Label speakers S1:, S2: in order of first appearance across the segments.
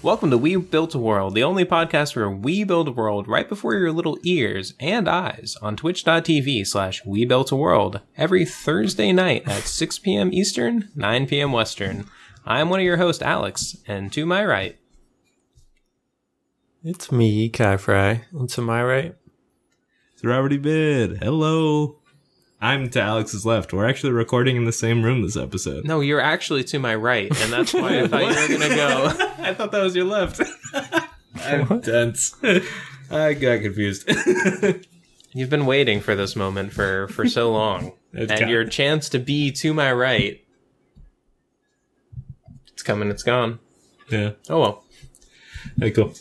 S1: Welcome to We Built a World, the only podcast where we build a world right before your little ears and eyes on twitch.tv slash We Built a World every Thursday night at 6 p.m. Eastern, 9 p.m. Western. I'm one of your hosts, Alex, and to my right,
S2: It's me, Kai Fry. And to my right,
S3: Sorority bid. Hello. I'm to Alex's left. We're actually recording in the same room this episode.
S1: no, you're actually to my right, and that's why I thought you were going to go.
S3: I thought that was your left. I'm tense. I got confused.
S1: You've been waiting for this moment for, for so long,
S3: It's
S1: and
S3: got-
S1: your chance to be to my right, it's coming, it's gone.
S3: yeah.
S1: Oh well.
S3: Hey, cool.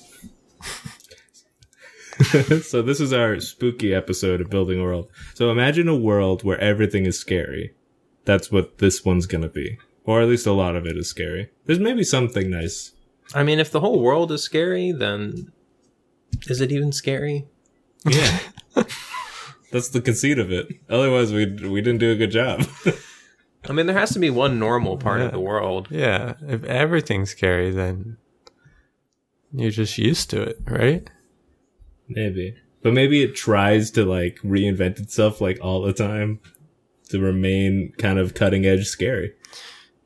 S3: so this is our spooky episode of Building a World. So imagine a world where everything is scary. That's what this one's gonna be. Or at least a lot of it is scary. There's maybe something nice.
S1: I mean, if the whole world is scary, then is it even scary?
S3: Yeah. That's the conceit of it. Otherwise we we didn't do a good job.
S1: I mean, there has to be one normal part of
S2: Yeah.
S1: the world.
S2: yeah, if everything's scary, then you're just used to it, right?
S3: Maybe. But maybe it tries to like reinvent itself like all the time to remain kind of cutting edge scary.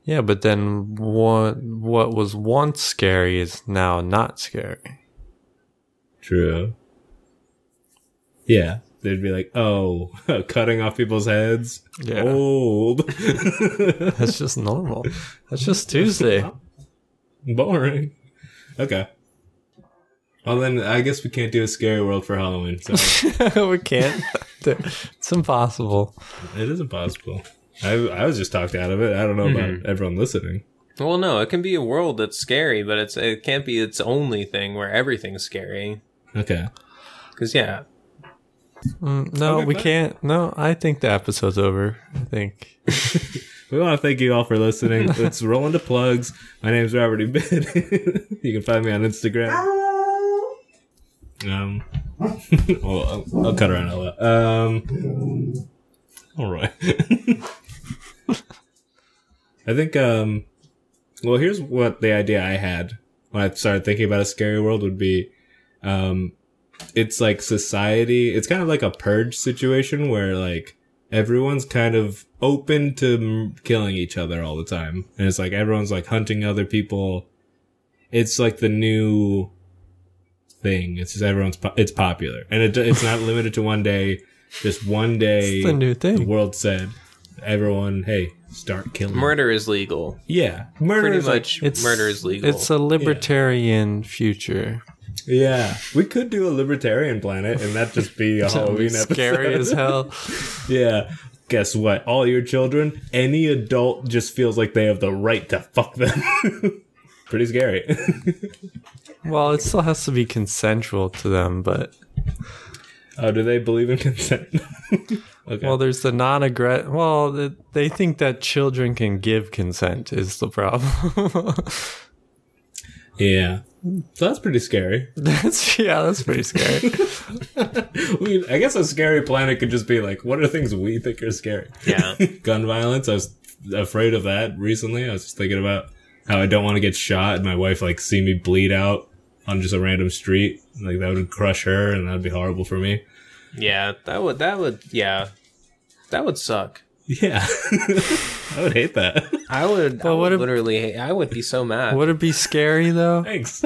S2: Yeah, but then what what was once scary is now not scary.
S3: True. Yeah. They'd be like, oh, cutting off people's heads.
S2: Yeah.
S3: Old.
S2: That's just normal. That's just Tuesday.
S3: Boring. Okay. Well, then I guess we can't do a scary world for Halloween. So
S2: we can't. It's impossible.
S3: it is impossible. I, I was just talked out of it. I don't know about everyone listening.
S1: Well, no, it can be a world that's scary, but it's it can't be its only thing where everything's scary.
S3: Okay.
S1: Because yeah,
S2: Mm, no,
S3: Okay,
S2: we
S3: fine.
S2: can't. No, I think the episode's over. I think.
S3: We want to thank you all for listening. Let's roll into plugs. My name's Robert E. Bidd. you can find me on Instagram. Um, oh, I'll, I'll cut around a lot. Um, all right. I think. Um, well, here's what the idea I had when I started thinking about a scary world would be. Um, it's like society. It's kind of like a purge situation where like everyone's kind of open to m- killing each other all the time, and it's like everyone's like hunting other people. It's like the new thing. It's just everyone's po- it's popular, and it, it's not limited to one day. Just one day,
S2: It's the new thing.
S3: The world said, "Everyone, hey, start killing."
S1: murder is legal.
S3: Yeah, murder
S1: Pretty
S3: is like-
S1: much, murder is legal.
S2: It's a libertarian future.
S3: yeah, we could do a libertarian planet, and that just be a
S2: That would be
S3: Halloween episode.
S2: scary as hell.
S3: Yeah. Guess what? All your children, any adult just feels like they have the right to fuck them. Pretty scary.
S2: Well, it still has to be consensual to them, but
S3: oh, do they believe in consent? okay.
S2: well, there's the non aggress. Well, th- they think that children can give consent is the problem.
S3: yeah. So that's pretty scary.
S2: that's yeah, that's pretty scary.
S3: We, I guess a scary planet could just be like, what are things we think are scary?
S1: yeah,
S3: Gun violence. I was afraid of that recently. I was just thinking about how I don't want to get shot, and my wife like see me bleed out on just a random street. Like that would crush her, and that'd be horrible for me.
S1: yeah. That would that would yeah, that would suck.
S3: Yeah, I would hate that.
S1: I would. I
S2: Well, what
S1: would
S2: if-
S1: literally. hate- I would be so mad.
S2: Would it be scary though?
S3: Thanks.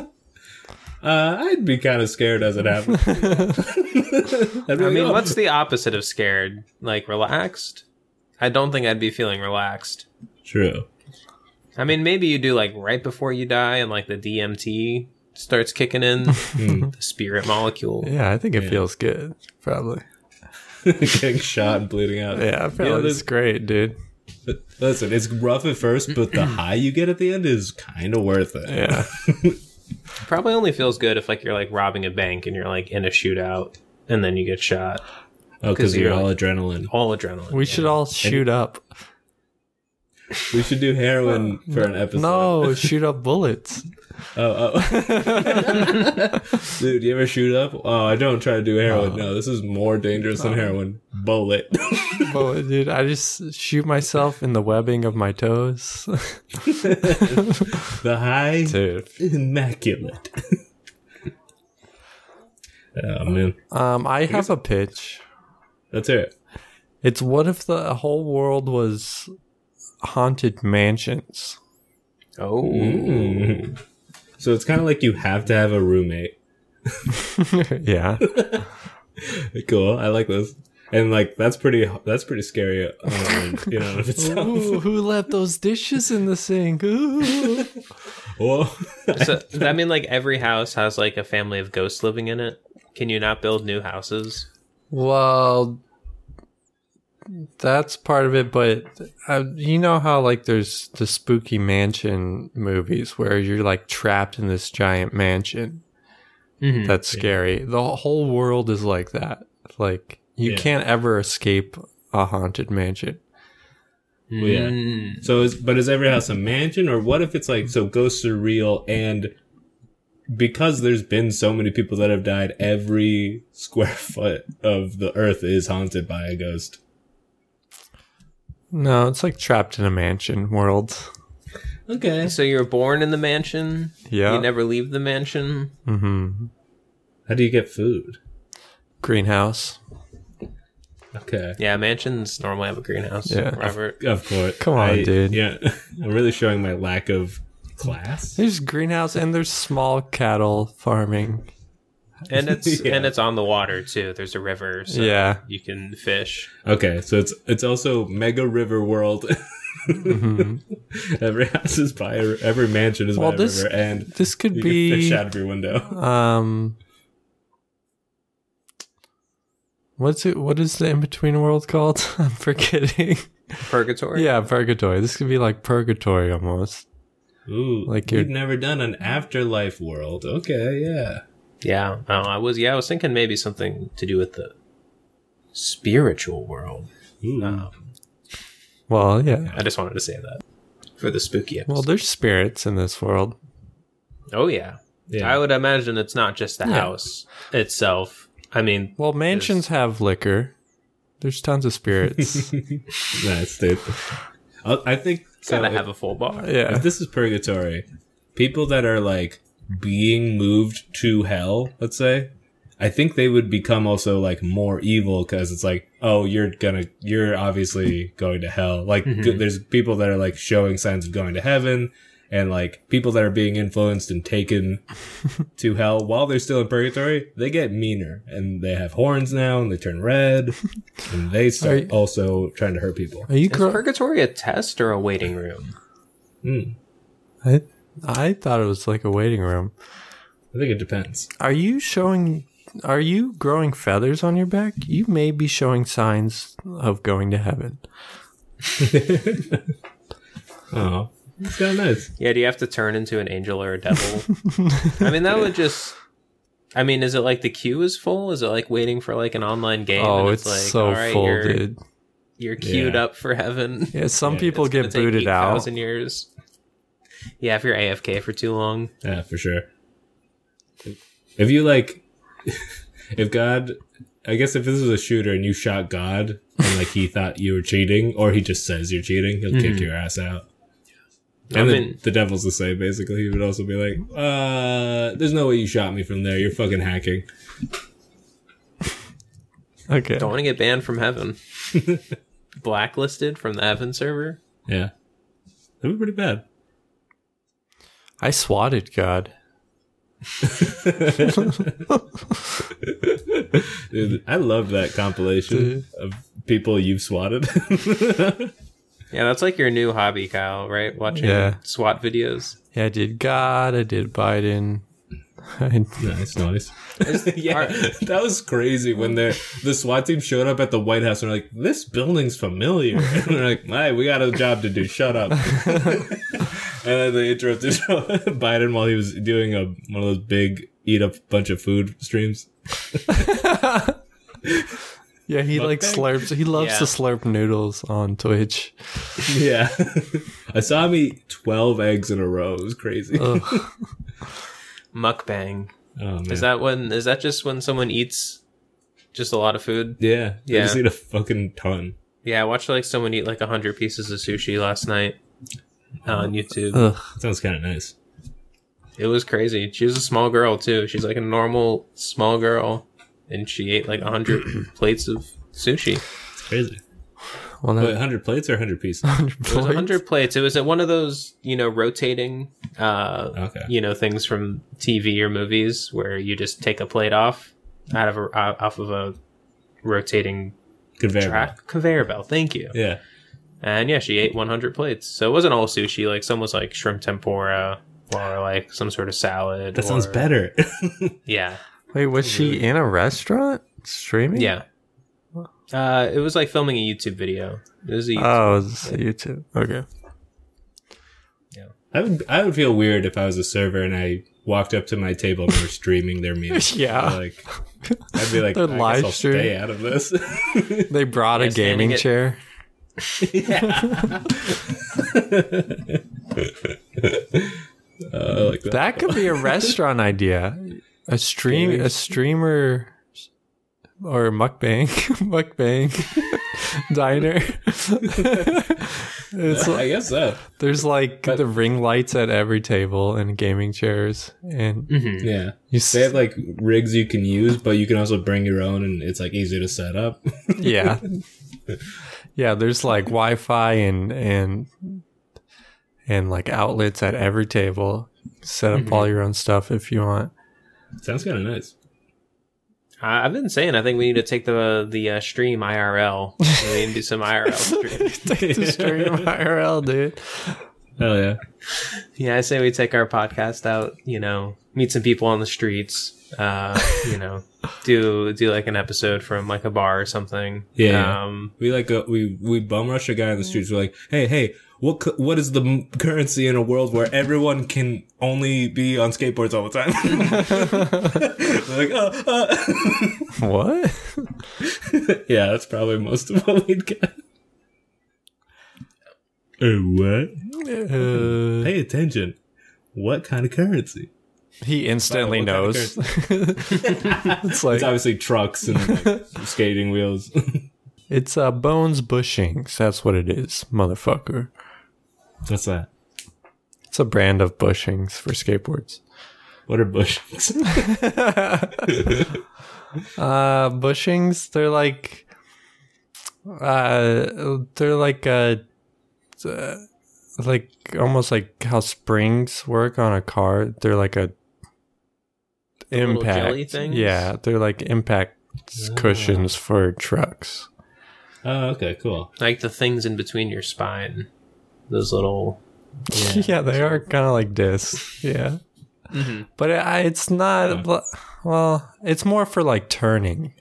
S3: Uh, I'd be kind of scared as it happened. I'd be
S1: I
S3: like,
S1: mean,
S3: "Oh,
S1: what's the opposite of scared? Like relaxed? I don't think I'd be feeling relaxed.
S3: true?
S1: I mean, maybe you do like right before you die, and like the DMT starts kicking in, the spirit molecule.
S2: Yeah, I think it feels good. Probably.
S3: Getting shot and bleeding out.
S2: Yeah,
S3: Yeah,
S2: probably.
S3: there's-
S2: it's great, dude.
S3: Listen, it's rough at first, but the high you get at the end is kind of worth it.
S2: Yeah.
S1: Probably only feels good if like you're like robbing a bank and you're like in a shootout, and then you get shot.
S3: Oh,
S1: 'Cause
S3: because you're
S1: you're
S3: all adrenaline.
S1: All adrenaline.
S2: We should all shoot up.
S3: We should do heroin for an episode.
S2: No, shoot up bullets.
S3: Oh, oh. dude, you ever shoot up? Oh, I don't try to do heroin. no, this is more dangerous than heroin. Bullet.
S2: Well, dude, I just shoot myself in the webbing of my toes.
S3: the high,
S2: dude.
S3: immaculate. oh man,
S2: Um, I have a pitch.
S3: that's it.
S2: It's what if the whole world was haunted mansions?
S1: Oh,
S3: So it's kind of like you have to have a roommate.
S2: yeah.
S3: Cool, I like this. And like that's pretty that's pretty scary, um, you know. If it's
S2: Ooh, who left those dishes in the sink? Ooh.
S3: well,
S1: so does that mean like every house has like a family of ghosts living in it? Can you not build new houses?
S2: Well, that's part of it, but uh, you know how like there's the spooky mansion movies where you're like trapped in this giant mansion.
S1: Mhm.
S2: That's scary. The whole world is like that. Like you
S3: Yeah.
S2: can't ever escape a haunted mansion.
S3: yeah.
S1: Mm.
S3: So, is, but is every house a mansion, or what if it's like so ghosts are real and because there's been so many people that have died, every square foot of the earth is haunted by a ghost.
S2: No, it's like trapped in a mansion world.
S3: Okay,
S1: So you're born in the mansion.
S2: Yeah.
S1: You never leave the mansion.
S2: hmm
S3: how do you get food?
S2: Greenhouse.
S3: Okay,
S1: Yeah, mansions normally have a greenhouse.
S2: Yeah.
S1: Robert.
S3: of course.
S2: Come on,
S3: I-
S2: dude.
S3: Yeah, I'm really showing my lack of class.
S2: There's greenhouse and there's small cattle farming.
S1: And it's
S3: Yeah.
S1: and it's on the water too. There's a river, so
S2: Yeah.
S1: you can fish.
S3: Okay, so it's it's also Mega River World. every house is by a, every mansion is
S2: Mm-hmm. Well,
S3: by a
S2: this-
S3: river, and
S2: This could
S3: you
S2: be
S3: can fish out of your window.
S2: Um, what's it? What is the in between world called? I'm forgetting.
S1: Purgatory.
S2: yeah, purgatory. This could be like purgatory almost.
S3: Ooh,
S2: Like
S3: like
S2: you're-
S3: you've never done an afterlife world. Okay, yeah.
S1: Yeah. Oh, I was yeah, I was thinking maybe something to do with the spiritual world.
S3: Ooh.
S1: Um,
S2: Well, yeah.
S1: I just wanted to say that for the spooky episode.
S2: Well, there's spirits in this world.
S1: oh yeah.
S3: Yeah.
S1: I would imagine it's not just the
S2: Yeah.
S1: house itself. I mean,
S2: Well, mansions have liquor. There's tons of spirits.
S3: nice, dude. I I think so.
S1: gotta
S3: If,
S1: have a full bar.
S2: yeah.
S3: if this is purgatory, people that are like being moved to hell, let's say, I think they would become also like more evil because it's like, oh, you're gonna, you're obviously going to hell. Like, g- there's people that are like showing signs of going to heaven. And like people that are being influenced and taken to hell while they're still in purgatory, they get meaner and they have horns now and they turn red and they start
S2: you-
S3: also trying to hurt people.
S2: Are you?
S1: Is
S2: Cr-
S1: purgatory a test or a waiting room?
S3: Mm,
S2: I I thought it was like a waiting room.
S3: I think it depends.
S2: Are you showing? Are you growing feathers on your back? You may be showing signs of going to heaven.
S3: Oh, it's kind of nice.
S1: Yeah, do you have to turn into an angel or a devil? I mean, that would just. I mean, is it like the queue is full? Is it like waiting for like an online game?
S2: oh,
S1: and
S2: it's,
S1: like,
S2: so
S1: all right,
S2: full,
S1: you're,
S2: dude.
S1: You're queued
S3: Yeah.
S1: up for heaven.
S2: Yeah, some
S3: Yeah,
S2: people
S1: It's gonna
S2: get
S1: take
S2: booted out.
S1: 8,000 years. Yeah, if you're AFK for too long.
S3: Yeah, for sure. If you like, if God, I guess if this was a shooter and you shot God and like he thought you were cheating, or he just says you're cheating, he'll kick your ass out.
S1: I
S3: And the,
S1: mean-
S3: the devil's the same, basically. He would also be like, uh, there's no way you shot me from there. You're fucking hacking.
S2: Okay.
S1: Don't want to get banned from heaven. Blacklisted from the heaven server.
S3: Yeah. That'd be pretty bad.
S2: I swatted God.
S3: Dude, I love that compilation of people you've swatted.
S1: Yeah, that's like your new hobby, Kyle, right? Watching
S2: Yeah.
S1: SWAT videos.
S2: Yeah, I did God. I did Biden. I,
S3: nice, nice.
S1: yeah.
S3: that was crazy when they the SWAT team showed up at the White House and they're like, "This building's familiar." And they're like, "Hey, we got a job to do. Shut up." and then they interrupted Biden while he was doing a one of those big eat up bunch of food streams.
S2: yeah, he like
S3: Okay.
S2: slurps. He loves
S1: Yeah.
S2: to slurp noodles on Twitch.
S3: Yeah, I saw him eat twelve eggs in a row. It was crazy.
S2: Ugh.
S1: mukbang.
S3: Oh man.
S1: Is that when? Is that just when someone eats just a lot of food?
S3: yeah.
S1: Yeah.
S3: I just need a fucking ton.
S1: Yeah, I watched like someone eat like hundred pieces of sushi last night on YouTube.
S2: Ugh.
S3: Sounds kind of nice.
S1: It was crazy. She was a small girl too. She's like a normal small girl, and she ate like hundred plates of sushi.
S3: It's crazy.
S2: Well,
S3: Wait,
S2: that
S3: 100 plates or 100 pieces?
S1: It was 100 plates. It was at one of those, you know, rotating, uh,
S3: Okay.
S1: you know, things from TV or movies where you just take a plate off out of a, uh, off of a rotating
S3: Conveyor belt.
S1: track conveyor belt. Thank you.
S3: Yeah.
S1: And yeah, she ate 100 plates. So it wasn't all sushi. Like some was like shrimp tempura or like some sort of salad.
S3: That sounds
S1: or-
S3: better.
S1: Yeah.
S2: Wait, was she in a restaurant streaming?
S1: Yeah. Uh, it was like filming a YouTube video. It was a YouTube
S3: Uh,
S2: Oh, it's YouTube. Okay.
S3: I would I would feel weird if I was a server and I walked up to my table and they were streaming their meal.
S2: Yeah.
S1: Uh,
S3: Like I'd be like,
S2: They're
S3: I guess
S2: live
S3: I'll
S2: stream.
S3: stay out of this.
S2: They brought
S1: Yeah,
S2: a
S1: standing
S2: gaming
S1: it-
S2: chair.
S3: Uh, like that.
S2: That could be a restaurant idea. A stream, a streamer, or a mukbang, mukbang diner. it's like,
S3: I guess so.
S2: there's like the ring lights at every table and gaming chairs, and
S1: Mm-hmm.
S3: Yeah.
S2: you s-
S3: They have like rigs you can use, but you can also bring your own and it's like easier to set up.
S2: yeah, yeah. There's like Wi-Fi and and and like outlets at every table. Set up
S3: Mm-hmm.
S2: all your own stuff if you want.
S3: sounds kind of nice.
S1: I I've been saying I think we need to take the the uh, stream IRL. We need to do some IRL. Stream.
S2: Take the stream IRL, dude.
S3: Hell yeah.
S1: Yeah, I say we take our podcast out. You know, meet some people on the streets. Uh, you know, do do like an episode from like a bar or something.
S3: Yeah, yeah.
S1: Um,
S3: We like uh we we bum rush a guy in the streets. We're like, hey, hey, what cu- what is the m- currency in a world where everyone can only be on skateboards all the time? We're like, oh, uh.
S2: What?
S3: yeah, that's probably most of what we'd get. Uh, what?
S2: Uh,
S3: Pay attention. What kind of currency?
S2: He instantly
S3: What kind of
S2: knows. it's like
S3: It's obviously trucks and like, skating wheels.
S2: it's uh, bones bushings. That's what it is, motherfucker.
S3: What's that?
S2: It's a brand of bushings for skateboards.
S3: What are bushings?
S2: Uh, bushings, they're like, uh, they're like uh, uh, like almost like how springs work on a car. They're like a
S1: little
S2: impact.
S1: jelly things? Ah.
S2: Yeah, they're like impact cushions for trucks.
S3: oh, okay, cool.
S1: like the things in between your spine, those little.
S2: Yeah, they are kind of like discs. Yeah.
S1: Mhm.
S2: But it, I- it's not, li- well, it's more for like turning.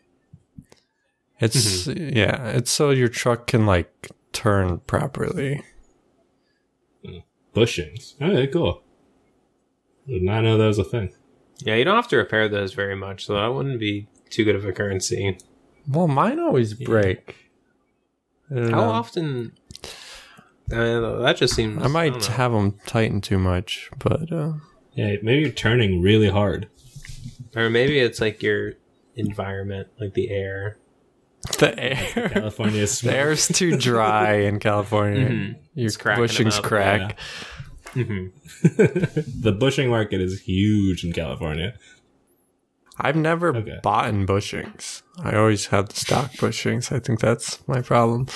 S2: It's,
S1: Mm-hmm.
S2: yeah, it's so your truck can like turn properly.
S3: Bushings. Okay, cool. Did not know that was a thing.
S1: Yeah, you don't have to repair those very much, so that wouldn't be too good of a currency.
S2: Well, mine always break. I don't
S1: How
S2: know.
S1: often? I mean, that just seems.
S2: I might
S1: don't know.
S2: have them tighten too much, but uh,
S3: Yeah, maybe you're turning really hard.
S1: or maybe it's like your environment, like the air.
S2: the air.
S3: California is
S2: The air's too dry in California. Your
S1: Mm-hmm. It's cracking 'em
S2: bushings
S1: up,
S2: crack.
S1: hmm
S3: the bushing market is huge in California.
S2: I've never
S3: Okay.
S2: bought in bushings. I always had the stock bushings. I think that's my problem.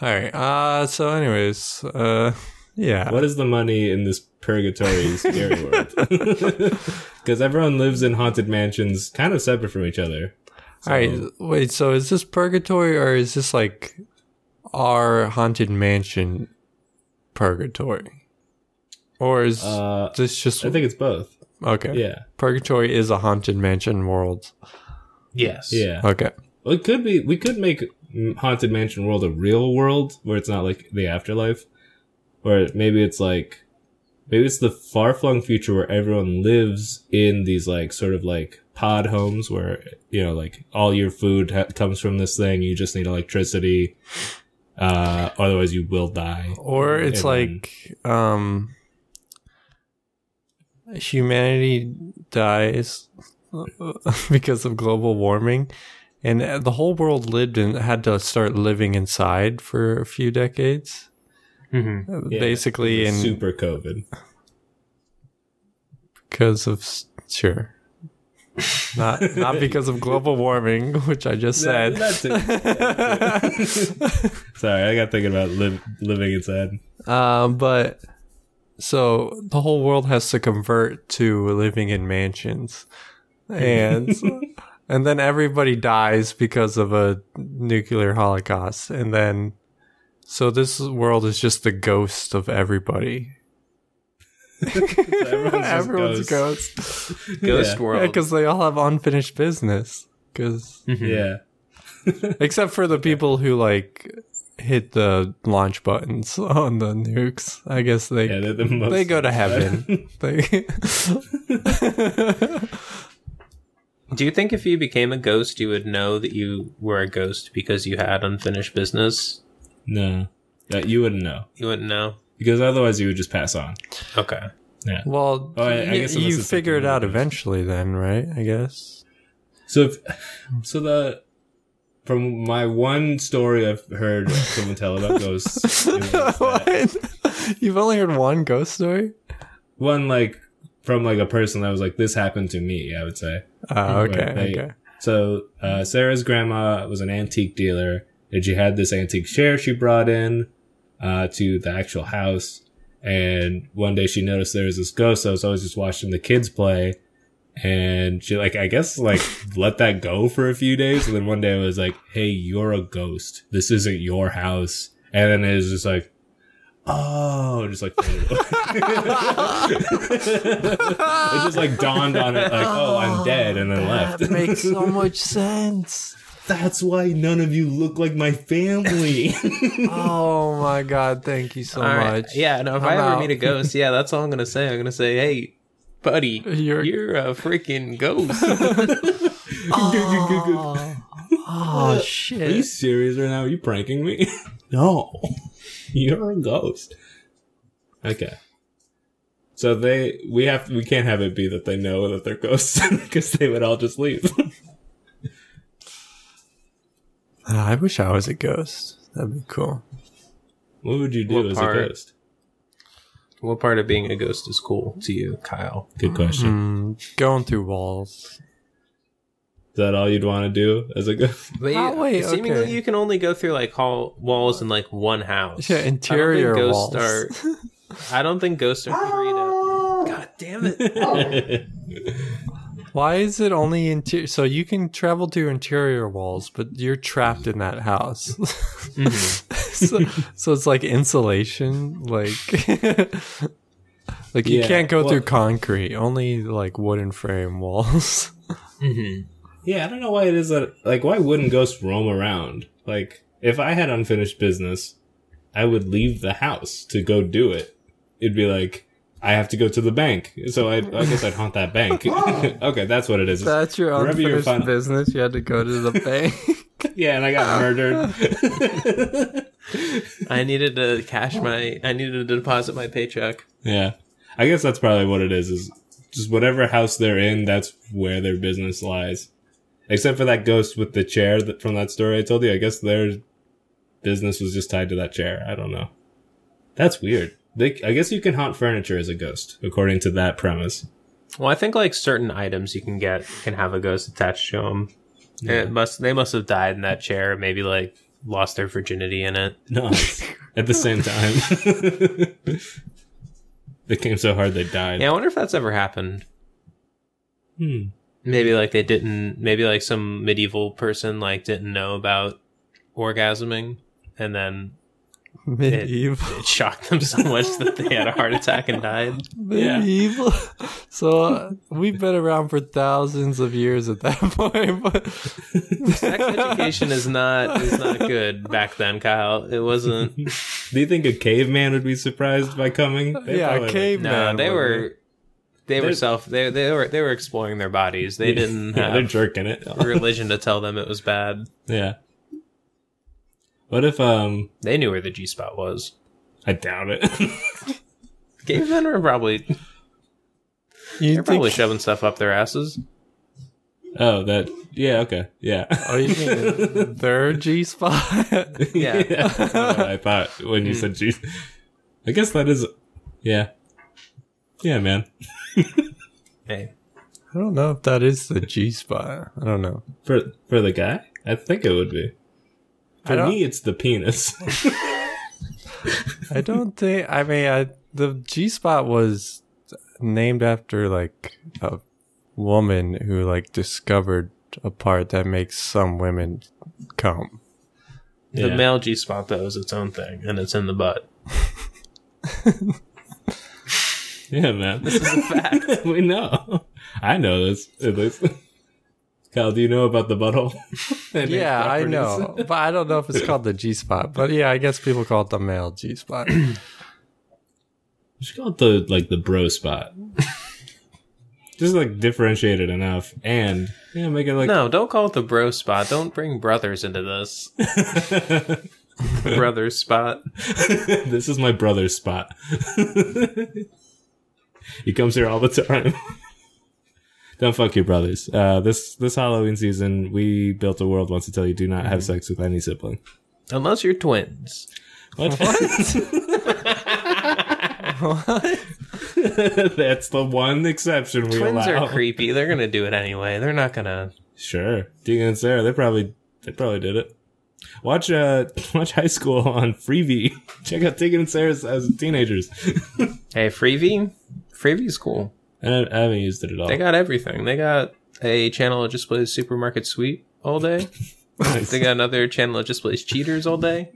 S2: All right. Uh so anyways, uh yeah.
S3: What is the money in this purgatory scary world? Because everyone lives in haunted mansions, kind of separate from each other.
S2: All right. Wait, so is this purgatory or is this like our haunted mansion purgatory? Or is
S3: Uh,
S2: this just
S3: I think it's both.
S2: okay.
S3: Yeah,
S2: Purgatory is a haunted mansion world.
S1: Yes.
S3: yeah.
S2: Okay.
S3: Well, it could be. We could make mm, haunted mansion world a real world where it's not like the afterlife, where maybe it's like, maybe it's the far flung future where everyone lives in these like sort of like pod homes where you know like all your food ha- comes from this thing. You just need electricity, uh, otherwise you will die.
S2: Or it's
S3: And then-
S2: like um humanity dies because of global warming and uh, the whole world lived and had to start living inside for a few decades
S1: Mm-hmm.
S2: uh,
S3: Yeah,
S2: basically and
S3: Super COVID.
S2: because of s- sure not not because of global warming which i just
S3: Yeah,
S2: said
S3: that's it. Sorry, I got thinking about liv- living inside.
S2: Um, but so the whole world has to convert to living in mansions, and and then everybody dies because of a nuclear holocaust, and then so this world is just the ghost of everybody.
S3: Everyone's just
S2: Everyone's
S3: ghosts.
S2: a ghost.
S1: Ghost
S3: Yeah.
S1: World.
S2: Yeah, because they all have unfinished business. 'Cause-
S1: Mm-hmm.
S3: Yeah.
S2: except for the people who like hit the launch buttons on the nukes, I guess they
S3: Yeah, they're the most.
S2: they go to heaven. they
S1: Do you think if you became a ghost, you would know that you were a ghost because you had unfinished business?
S3: No, that you wouldn't know
S1: You wouldn't know.
S3: because otherwise you would just pass on.
S1: Okay.
S2: well,
S3: Oh, I- I
S2: y-
S3: guess unless
S2: you
S3: it's
S2: figure it
S3: something
S2: out
S3: really
S2: eventually, then, right? I guess.
S3: So, if, so the from my one story I've heard someone tell about ghosts, it was that
S2: What? You've only heard one ghost story.
S3: one like from like a person that was like, "This happened to me." I would say.
S2: Oh,
S3: Right,
S2: okay,
S3: they-
S2: okay.
S3: So uh, Sarah's grandma was an antique dealer, and she had this antique chair she brought in uh, to the actual house. And one day she noticed there was this ghost that was always just watching the kids play, and she like I guess like let that go for a few days, and then one day it was like, "Hey, you're a ghost. This isn't your house." And then it was just like, "Oh," just like faded away. it just like dawned on it like, "Oh, I'm dead," and then left.
S2: makes so much sense.
S3: That's why none of you look like my family.
S2: Oh my god! Thank you so
S1: All right.
S2: much.
S1: Yeah, no, if
S2: I'm
S1: i ever
S2: out.
S1: meet a ghost, yeah, that's all I'm gonna say. I'm gonna say, hey, buddy,
S2: You're-
S1: you're, a freaking ghost.
S2: Oh, oh
S3: Are you
S2: shit!
S3: serious right now? Are you pranking me? no. You're a ghost. Okay. So they we have we can't have it be that they know that they're ghosts because they would all just leave.
S2: Ah, I wish I was a ghost. That'd be cool.
S3: what would you do
S1: What
S3: as a
S1: part?
S3: ghost?
S1: what part of being a ghost is cool to you, Kyle?
S3: Good question.
S2: Mm, going through walls.
S1: Mm-hmm.
S3: Is that all you'd want to do as a ghost?
S1: But
S2: Oh,
S1: you-
S2: wait,
S1: seemingly
S2: okay.
S1: you can only go through like hall walls in like one house.
S2: Yeah,
S1: I don't think
S2: interior
S1: ghosts
S2: walls.
S1: Are, I don't think ghosts are free to. God damn it! Oh.
S2: Why is it only interior? So you can travel through interior walls, but you're trapped in that house. so, so it's like insulation, like like you
S3: Yeah,
S2: can't go
S3: well-
S2: through concrete, only like wooden frame walls.
S3: yeah, I don't know why it is that like why wouldn't ghosts roam around? Like if I had unfinished business, I would leave the house to go do it. It'd be like I have to go to the bank, so I, I guess I'd haunt that bank. okay, that's what it is.
S2: That's your
S3: Wherever you're unfinished fin-
S2: business. You had to go to the bank.
S3: yeah, and I got murdered.
S1: I needed to cash my. I needed to deposit my paycheck.
S3: yeah, I guess that's probably what it is. Is just whatever house they're in, that's where their business lies. Except for that ghost with the chair that, from that story I told you. I guess their business was just tied to that chair. I don't know. That's weird. They, I guess you can haunt furniture as a ghost, according to that premise.
S1: Well, I think like certain items you can get can have a ghost attached to them. It must they must have died in that chair, maybe like lost their virginity in it.
S3: Nice. At the same time. they came so hard they died.
S1: Yeah, I wonder if that's ever happened.
S3: Hmm.
S1: Maybe like they didn't. Maybe like some medieval person like didn't know about orgasming, and then
S2: Medieval.
S1: it shocked them so much that they had a heart attack and died.
S3: Yeah.
S2: Medieval. So uh, we've been around for thousands of years at that point.
S1: Sex education is not is not good back then, Kyle. It wasn't.
S3: Do you think a caveman would be surprised by coming?
S2: But
S3: They
S2: yeah,
S3: probably
S2: a
S3: would.
S1: No,
S2: caveman.
S1: they
S2: would
S1: were. They were
S3: They're-
S1: self. They they were they were exploring their bodies. They didn't
S3: Yeah, they're
S1: have
S3: jerking it.
S1: religion to tell them it was bad.
S3: Yeah. What if um
S1: They knew where the G spot was.
S3: I doubt it.
S1: Cavemen were probably
S2: You
S1: They're probably shoving stuff up their asses.
S3: Oh, that. Yeah. Okay. Yeah.
S2: Oh, you mean their G spot?
S1: Yeah.
S3: That's what I thought when
S2: Mm.
S3: you said Jesus. I guess that is. Yeah. Yeah, man.
S1: Hey,
S2: I don't know if that is the G spot. I don't know.
S3: For for the guy, I think it would be.
S2: I
S3: For
S2: don't-
S3: me, it's the penis.
S2: I don't think. I mean, I, the G spot was named after like a woman who like discovered a part that makes some women come.
S1: the
S3: Yeah.
S1: male G spot though is its own thing, and it's in the butt.
S3: yeah, man. This is
S1: a fact.
S3: we know. I know this. At least. Kyle, do you know about the butthole? And its
S2: Yeah, I
S3: properties?
S2: know, but I don't know if it's called the G spot. But yeah, I guess people call it the male G spot.
S3: We should call it the like the bro spot. Just like differentiate it enough, and yeah, make it like
S1: no, don't call it the bro spot. Don't bring brothers into this. Brother spot.
S3: this is my brother's spot. he comes here all the time. Don't fuck your brothers. Uh, this this Halloween season, we built a world wants to tell you do not
S1: Mm-hmm.
S3: have sex with any sibling.
S1: Unless you're twins.
S3: What? That's the one exception we
S1: Twins
S3: allow.
S1: are creepy. They're gonna do it anyway. They're not gonna.
S3: Sure, Deegan and Sarah, they probably they probably did it. Watch uh watch High School on Freebie. Check out Deegan and Sarah as teenagers.
S1: Hey, freebie. Freebie's cool.
S3: And I, I haven't used it at all.
S1: They got everything. They got a channel that just plays Supermarket Sweep all day.
S3: Nice.
S1: They got another channel that just plays Cheaters all day.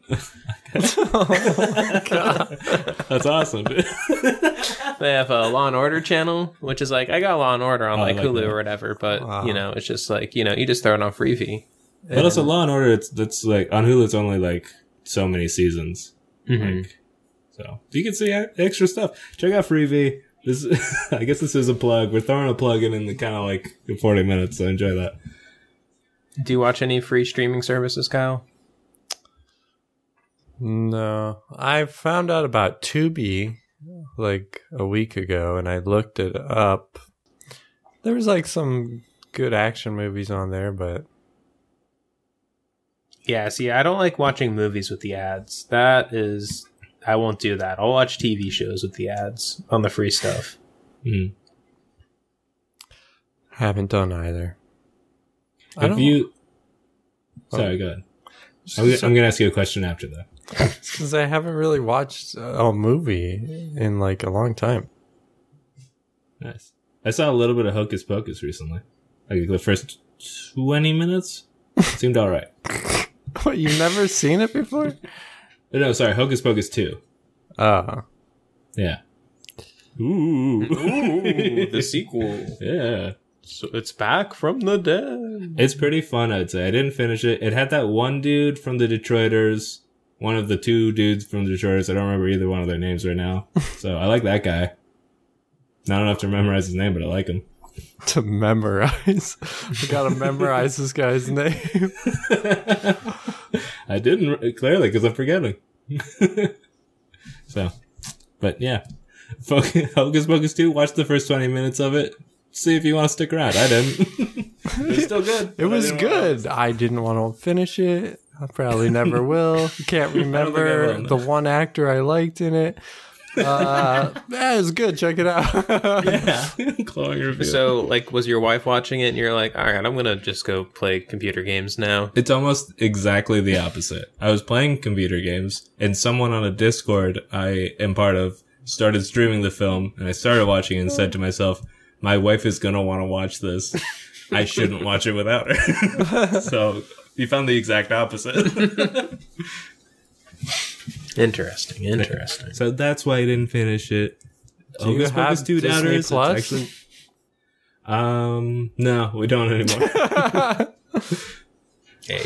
S3: That's awesome. dude.
S1: They have a Law and Order channel, which is like I got Law and Order on
S3: Oh, I
S1: like,
S3: like
S1: Hulu
S3: that.
S1: or whatever, but
S2: Wow.
S1: you know, it's just like you know, you just throw it on Freevee.
S3: But also, Law and Order, it's that's like on Hulu, it's only like so many seasons.
S1: Mhm.
S3: Like, so you can see e- extra stuff. Check out Freebie. This, I guess this is a plug. We're throwing a plug in in the kind of like in 40 minutes. So enjoy that.
S1: Do you watch any free streaming services, Kyle?
S2: No, I found out about Tubi like a week ago, and I looked it up. There was like some good action movies on there, but
S1: Yeah, see, I don't like watching movies with the ads. That is, I won't do that. I'll watch TV shows with the ads on the free stuff.
S3: Mm.
S2: haven't done either. I
S3: Have
S2: don't-
S3: you? Sorry, go ahead.
S1: Oh.
S3: I'm, gonna- I'm gonna ask you a question after that.
S2: Since I haven't really watched a movie in like a long time.
S3: Nice. I saw a little bit of Hocus Pocus recently. Like the first 20 minutes seemed all right.
S2: What, you've never seen it before?
S3: Oh, No, sorry, Hocus Pocus two. Uh,
S2: Oh,
S3: Yeah. Ooh.
S1: Ooh, the sequel.
S3: yeah.
S1: So it's back from the dead.
S3: It's pretty fun, I'd say. I didn't finish it. It had that one dude from the Detroiters, one of the two dudes from the Detroiters. I don't remember either one of their names right now. so I like that guy. Not enough to memorize his name, but I like him.
S2: to memorize. I gotta memorize this guy's name.
S3: I didn't clearly because I'm forgetting. so, but yeah, Focus, Hocus Pocus two. Watch the first twenty minutes of it. See if you want to stick around. I didn't. it's still good.
S2: It was good. I didn't want to finish it. I probably never will. Can't remember
S3: will.
S2: the one actor I liked in it. Uh, that was good. Check it out.
S3: Yeah, glowing review.
S1: So, like, was your wife watching it and you're like, all right, I'm going to just go play computer games now?
S3: It's almost exactly the opposite. I was playing computer games, and someone on a Discord I am part of started streaming the film, and I started watching it and said to myself, My wife is going to want to watch this. I shouldn't watch it without her. so you found the exact opposite.
S1: Interesting, interesting.
S3: so that's why I didn't finish it.
S2: Do you
S3: Hocus Pocus
S2: have
S3: Two
S2: Disney
S3: Doubters, it's
S2: Plus?
S3: actually- um, no, we don't anymore.
S1: Hey,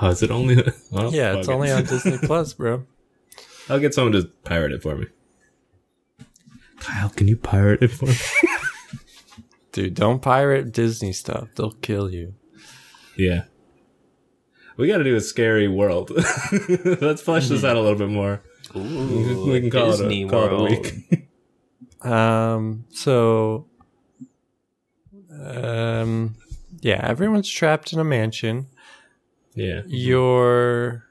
S3: oh, is it only? Well,
S2: yeah, it's
S3: fuck it.
S2: only on Disney Plus, bro.
S3: I'll get someone to pirate it for me. Kyle, can you pirate it for me?
S2: Dude, don't pirate Disney stuff. They'll kill you.
S3: Yeah. We got to do a scary world. Let's flesh this out a little bit more. we can call,
S1: Mm-hmm. Disney
S3: it, a, call it a
S1: World.
S3: week.
S2: Um, so um, yeah, everyone's trapped in a mansion.
S3: Yeah.
S2: You're.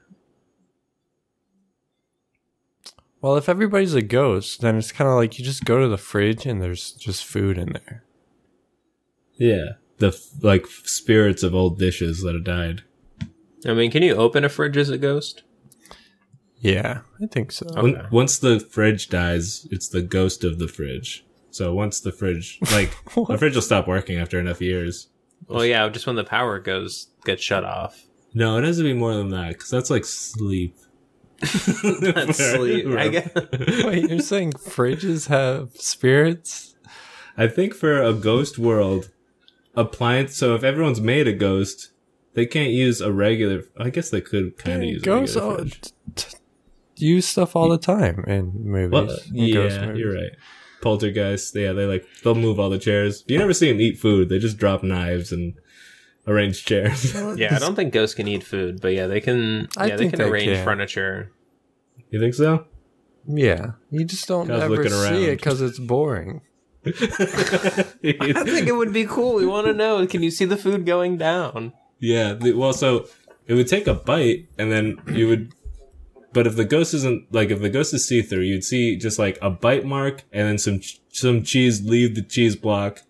S2: Well, if everybody's a ghost, then it's kind of like you just go to the fridge and there's just food in there.
S3: Yeah. The f- like f- spirits of old dishes that have died.
S1: I mean, can you open a fridge as a ghost?
S2: Yeah, I think so.
S1: Okay.
S3: When- once the fridge dies, it's the ghost of the fridge. So once the fridge, like the fridge will stop working after enough years.
S1: Well, yeah, just when the power goes gets shut off.
S3: No, it has to be more than that because that's like sleep.
S1: That's sleep. I guess.
S2: Wait, you're saying fridges have spirits?
S3: I think for a ghost world, appliance. So if everyone's made a ghost, they can't use a regular. I guess they could kind of use
S2: ghosts
S3: a regular
S2: all-
S3: fridge.
S2: t- t- use stuff all the time in movies.
S3: Well,
S2: in
S3: yeah,
S2: ghost movies.
S3: you're right. Poltergeist. Yeah, they like they'll move all the chairs. You never see them eat food. They just drop knives and arrange chairs.
S1: Yeah, I don't think ghosts can eat food, but yeah, they can.
S2: I
S1: yeah, they
S2: think
S1: can
S2: they
S1: arrange
S2: can.
S1: furniture.
S3: you think so?
S2: Yeah, you just don't
S3: Guys
S2: ever
S3: looking around.
S2: see it because it's boring.
S1: I think it would be cool. We want to know. Can you see the food going down?
S3: Yeah. The, well, so it would take a bite, and then you would. But if the ghost isn't like if the ghost is see through, you'd see just like a bite mark, and then some ch- some cheese leave the cheese block,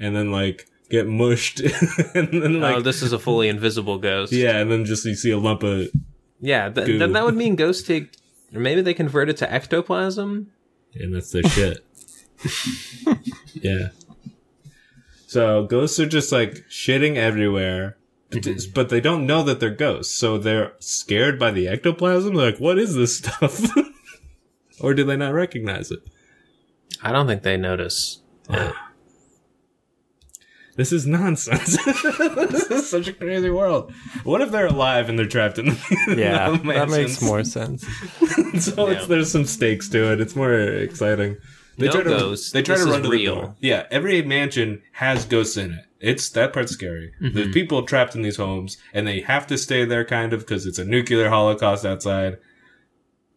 S3: and then like get mushed, and then like
S1: oh, this is a fully invisible ghost.
S3: yeah, and then just you see a lump of
S1: yeah. Th-
S3: Goo.
S1: then that would mean ghosts take. Or maybe they convert it to ectoplasm.
S3: and that's their shit. yeah. So ghosts are just like shitting everywhere, but, it's-
S2: Mm-hmm.
S3: but they don't know that they're ghosts, so they're scared by the ectoplasm. They're like, "What is this stuff?" or do they not recognize it?
S1: I don't think they notice.
S3: This is nonsense. this is such a crazy world. What if they're alive and they're trapped in the
S2: Yeah,
S3: the
S2: that makes
S3: mansions?
S2: more sense.
S3: so it's,
S1: Yeah.
S3: there's some stakes to it. It's more exciting. They
S1: No
S3: try to
S1: ghosts.
S3: they try
S1: This
S3: to
S1: is
S3: run to
S1: real.
S3: The door. Yeah, every mansion has ghosts in it. It's that part's scary.
S1: Mm-hmm.
S3: There's people trapped in these homes, and they have to stay there, kind of, because it's a nuclear holocaust outside.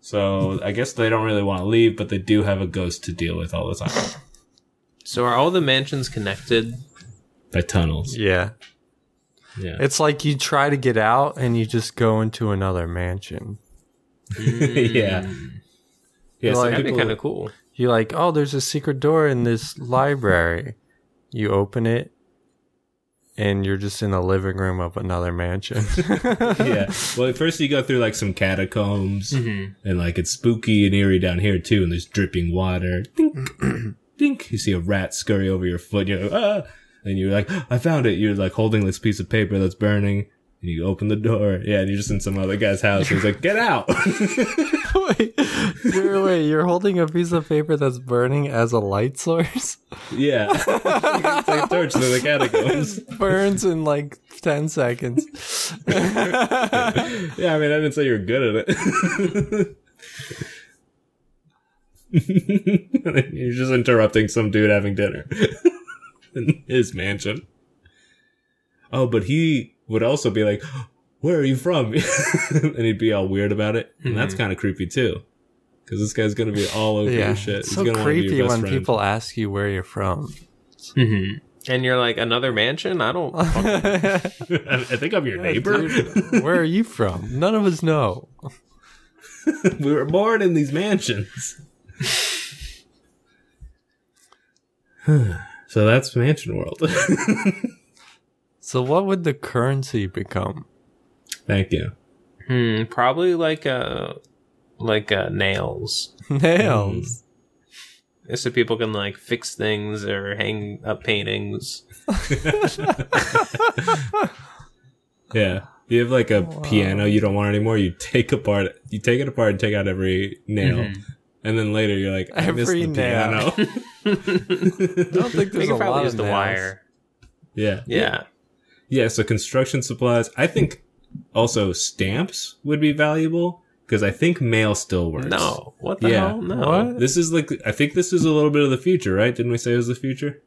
S3: So I guess they don't really want to leave, but they do have a ghost to deal with all the time
S1: So are all the mansions connected?
S3: by tunnels.
S2: Yeah,
S3: Yeah,
S2: it's like you try to get out and you just go into another mansion.
S3: yeah,
S1: Hmm.
S3: yeah.
S2: Well,
S3: some
S2: that'd
S1: That'd be
S3: people-
S1: kind of cool.
S2: You're like, oh, there's a secret door in this library. You open it, and you're just in the living room of another mansion.
S3: yeah. Well, at first you go through like some catacombs, and like it's spooky and eerie down here too, and there's dripping water. Dink, dink. You see a rat scurry over your foot. You're like, ah, and you're like, I found it. You're like holding this piece of paper that's burning, and you open the door. Yeah, and you're just in some other guy's house. He's like, get out.
S2: wait, you're, wait, you're holding a piece of paper that's burning as a light source?
S3: yeah, it's like a torch to the catacombs.
S2: Burns in like 10 seconds.
S3: Yeah, I mean, I didn't say you're good at it. you're just interrupting some dude having dinner in his mansion. Oh, but he would also be like, "Where are you from?" and he'd be all weird about it, and that's kind of creepy too, because this guy's gonna be all over
S2: Mm-hmm. yeah.
S3: your shit.
S2: It's
S3: He's
S2: so
S3: gonna wanna be your
S2: creepy
S3: best
S2: when
S3: friend.
S2: people ask you where you're from.
S1: hmm And you're like another mansion. I don't.
S3: I I think I'm your neighbor.
S2: Dude, where are you from? None of us know.
S3: we were born in these mansions. so that's mansion world.
S2: So, what would the currency become?
S3: Thank you.
S1: Hmm, probably like uh, like uh, nails.
S2: Nails.
S1: so people can like fix things or hang up paintings.
S3: Yeah. You have
S2: Oh,
S3: like a piano you don't want anymore. You take apart, you take it apart and take out every nail, and then later you're like, I
S2: Mm-hmm.
S3: miss
S2: Every
S3: the
S2: nail.
S3: piano.
S2: I don't think
S1: We
S2: there's a
S1: could probably
S2: lot
S1: use
S2: of
S1: the
S2: nails.
S1: wire.
S3: yeah,
S1: Yeah.
S3: yeah. So construction supplies. I think also stamps would be valuable because I think mail still works.
S1: No. What the
S3: Yeah.
S1: hell? No.
S2: What?
S3: This is like I think this is a little bit of the future, right? Didn't we say it was the future?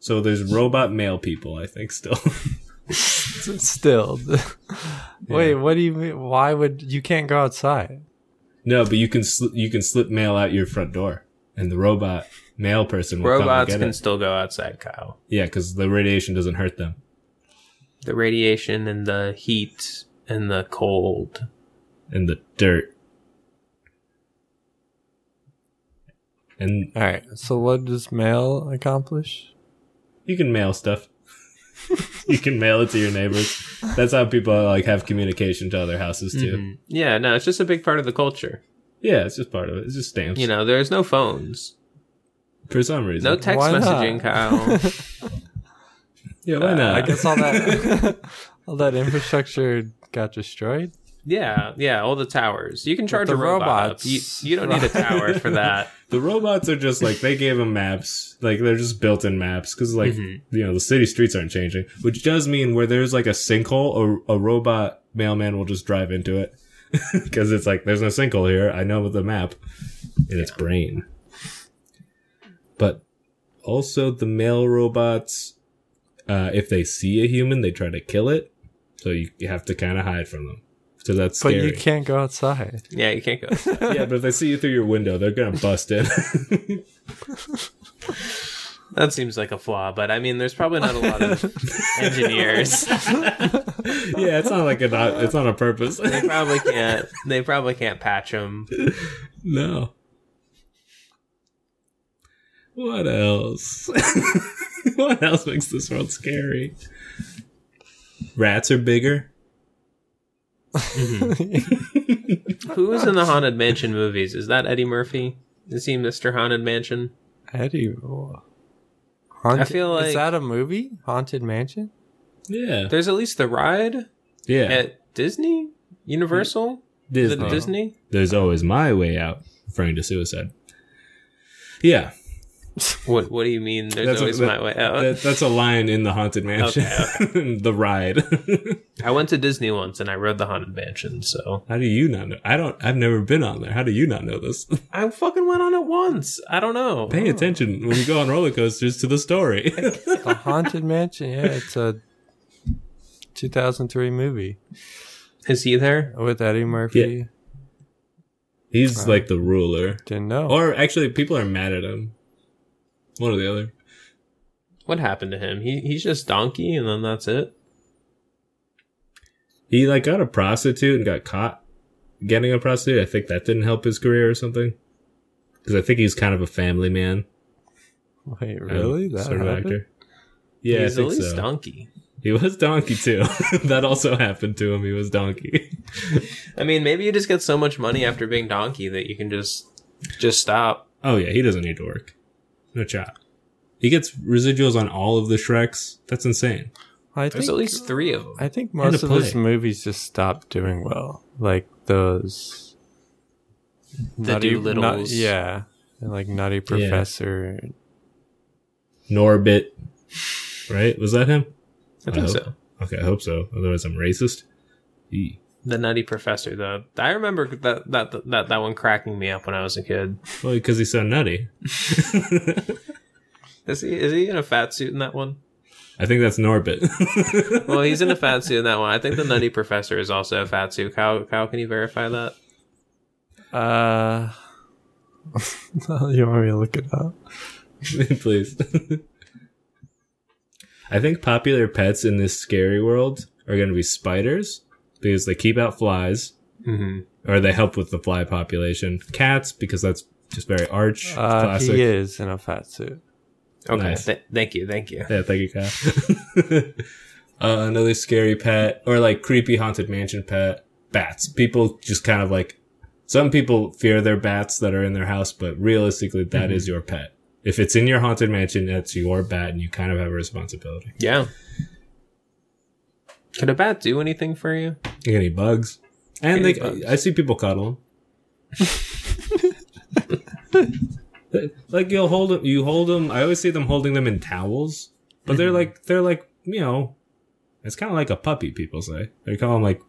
S3: So there's robot mail people, I think, still.
S2: Still. Wait, what do you mean? Why would you can't go outside?
S3: no, but you can sl- you can slip mail out your front door, and the robot male person will
S1: Robots
S3: come and get
S1: can
S3: it.
S1: still go outside, Kyle.
S3: Yeah, because the radiation doesn't hurt them.
S1: The radiation and the heat and the cold.
S3: And the dirt. And
S2: All right. So what does mail accomplish?
S3: you can mail stuff. you can mail it to your neighbors. That's how people like have communication to other houses too.
S1: Mhm. Yeah, no, it's just a big part of the culture.
S3: Yeah, it's just part of it. It's just stamps.
S1: You know, there's no phones,
S3: for some reason.
S1: no text
S2: Why not?
S1: messaging, Kyle.
S3: yeah, why
S2: Uh,
S3: not?
S2: I guess all that all that infrastructure got destroyed.
S1: Yeah, yeah, all the towers. You can charge
S2: the
S1: a robot. up.
S2: robots.
S1: You, you don't need a tower for that.
S3: the robots are just like they gave them maps like they're just built-in maps because like
S1: Mhm.
S3: you know the city streets aren't changing which does mean where there's like a sinkhole a, a robot mailman will just drive into it because it's like there's no sinkhole here i know with the map in its brain but also the male robots uh, if they see a human they try to kill it so you, you have to kind of hide from them so that's
S2: But
S3: scary.
S2: you can't go outside.
S1: Yeah, you can't go.
S3: yeah but if they see you through your window they're gonna bust in
S1: That seems like a flaw, but I mean, there's probably not a lot of engineers.
S3: yeah, it's not like a not, it's not on purpose.
S1: They probably can't. They probably can't patch them.
S3: no. What else? what else makes this world scary? Rats are bigger.
S2: Mm-hmm.
S1: Who is in the haunted mansion movies? Is that Eddie Murphy? Is he Mr. Haunted Mansion?
S2: Eddie. oh. Haunted,
S1: feel like-
S2: is that a movie? Haunted Mansion.
S3: Yeah.
S1: There's at least the ride
S3: Yeah.
S1: at Disney, Universal, Is it
S3: Disney.
S1: Disney.
S3: There's always my way out, referring to suicide. Yeah.
S1: What What do you mean? There's
S3: That's a-
S1: always
S3: that-
S1: my way out.
S3: That, that's a line in the haunted mansion. the ride.
S1: I went to Disney once and I rode the haunted mansion. So
S3: How do you not know? I don't I've never been on there. How do you not know this?
S1: I fucking went on it once. I don't know.
S2: Oh.
S3: Pay attention when you go on roller coasters to the story.
S2: The Haunted Mansion. Yeah, it's a 2003 movie
S1: Is he there?
S2: with Eddie Murphy.
S3: Yeah.
S2: uh-huh.
S3: He's like the ruler.
S2: Didn't know.
S3: Or actually, people are mad at him. One or the other.
S1: What happened to him? He he's just donkey, and then that's it.
S3: He like got a prostitute and got caught getting a prostitute. I think that didn't help his career or something. Because I think he's kind of a family man.
S2: Wait,
S3: um,
S2: really? That
S3: sort of
S2: happened?
S3: actor. Yeah,
S1: he's
S3: I think
S1: at least
S3: so.
S1: donkey.
S3: he was donkey too. that also happened to him. He was donkey.
S1: I mean, maybe you just get so much money after being donkey that you can just just stop.
S3: oh yeah, he doesn't need to work. No chop. He gets residuals on all of the Shreks. That's insane.
S2: I
S1: There's
S2: think
S1: at least three of them.
S2: I think most
S3: a
S2: of his
S3: play.
S2: movies just stopped doing well. Like those
S1: The
S2: Nut-
S1: Doolittles.
S2: yeah. And like Nutty Professor.
S3: Norbit. Right? Was that him?
S1: I think
S3: I hope-
S1: so.
S3: Okay, I hope so. Otherwise, I'm racist. Eee.
S1: The Nutty Professor, though. I remember that that that that one cracking me up when I was a kid.
S3: Well, because he's so nutty.
S1: Is he is he in a fat suit in that one?
S3: I think that's Norbit.
S1: Well, he's in a fat suit in that one. I think the Nutty Professor is also a fat suit. Kyle, Kyle, can you verify that?
S2: Uh you want me to look it up?
S3: Please. I think popular pets in this scary world are going to be spiders because they keep out flies
S1: Mm-hmm.
S3: or they help with the fly population. Cats because that's just very arch, it's
S2: Uh,
S3: classic.
S2: he is in a fat suit.
S1: Okay.
S3: Nice.
S1: Th- thank you. Thank you.
S3: Yeah, thank you, Kyle. uh, another scary pet, or like creepy haunted mansion pet, bats. People just kind of like, some people fear their bats that are in their house, but realistically, that is your pet. If it's in your haunted mansion, that's your bat, and you kind of have a responsibility.
S1: Yeah. Could a bat do anything for you?
S3: You get any bugs? And
S1: Any
S3: they,
S1: bugs?
S3: I see people cuddle them. like you'll hold them, you hold them. I always see them holding them in towels, but
S1: Mm-hmm.
S3: they're like they're like you know, it's kind of like a puppy. People say they call them like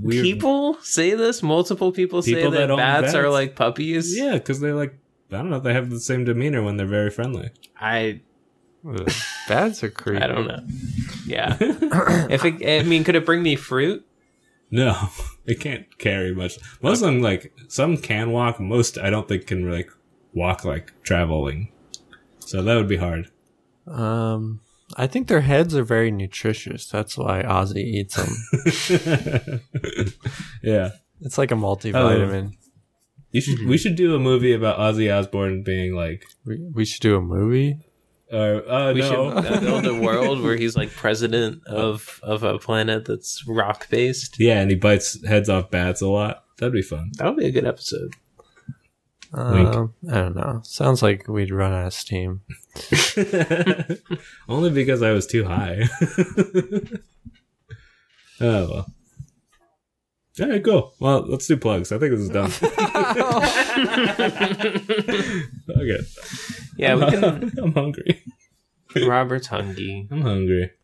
S3: weird.
S1: People say this. Multiple people,
S3: People
S1: say that,
S3: that own
S1: bats, are
S3: bats.
S1: like puppies.
S3: yeah, because they're like I don't know. They have the same demeanor when they're very friendly.
S1: I
S2: Ugh, Bats are creepy.
S1: I don't know. Yeah. if it, I mean, could it bring me fruit?
S3: No, they can't carry much. Most of them like some can walk. Most I don't think can like walk like traveling. So that would be hard.
S2: Um, I think their heads are very nutritious. That's why Ozzy eats them.
S3: Yeah.
S2: it's like a multivitamin.
S3: You should
S1: Mhm.
S3: we should do a movie about Ozzy Osbourne being like
S2: We, we should do a movie.
S3: or uh,
S1: We
S3: no.
S1: should uh, build a world where he's like president of of a planet that's rock based.
S3: yeah, and he bites heads off bats a lot. That'd be fun.
S1: That would be a good episode.
S3: Wink.
S2: Um, I don't know. Sounds like we'd run out of steam.
S3: Only because I was too high. oh well. All right, cool. Well, let's do plugs. I think this is done. okay.
S1: Yeah, we can.
S3: I'm hungry.
S1: Robert Hungy.
S3: I'm hungry.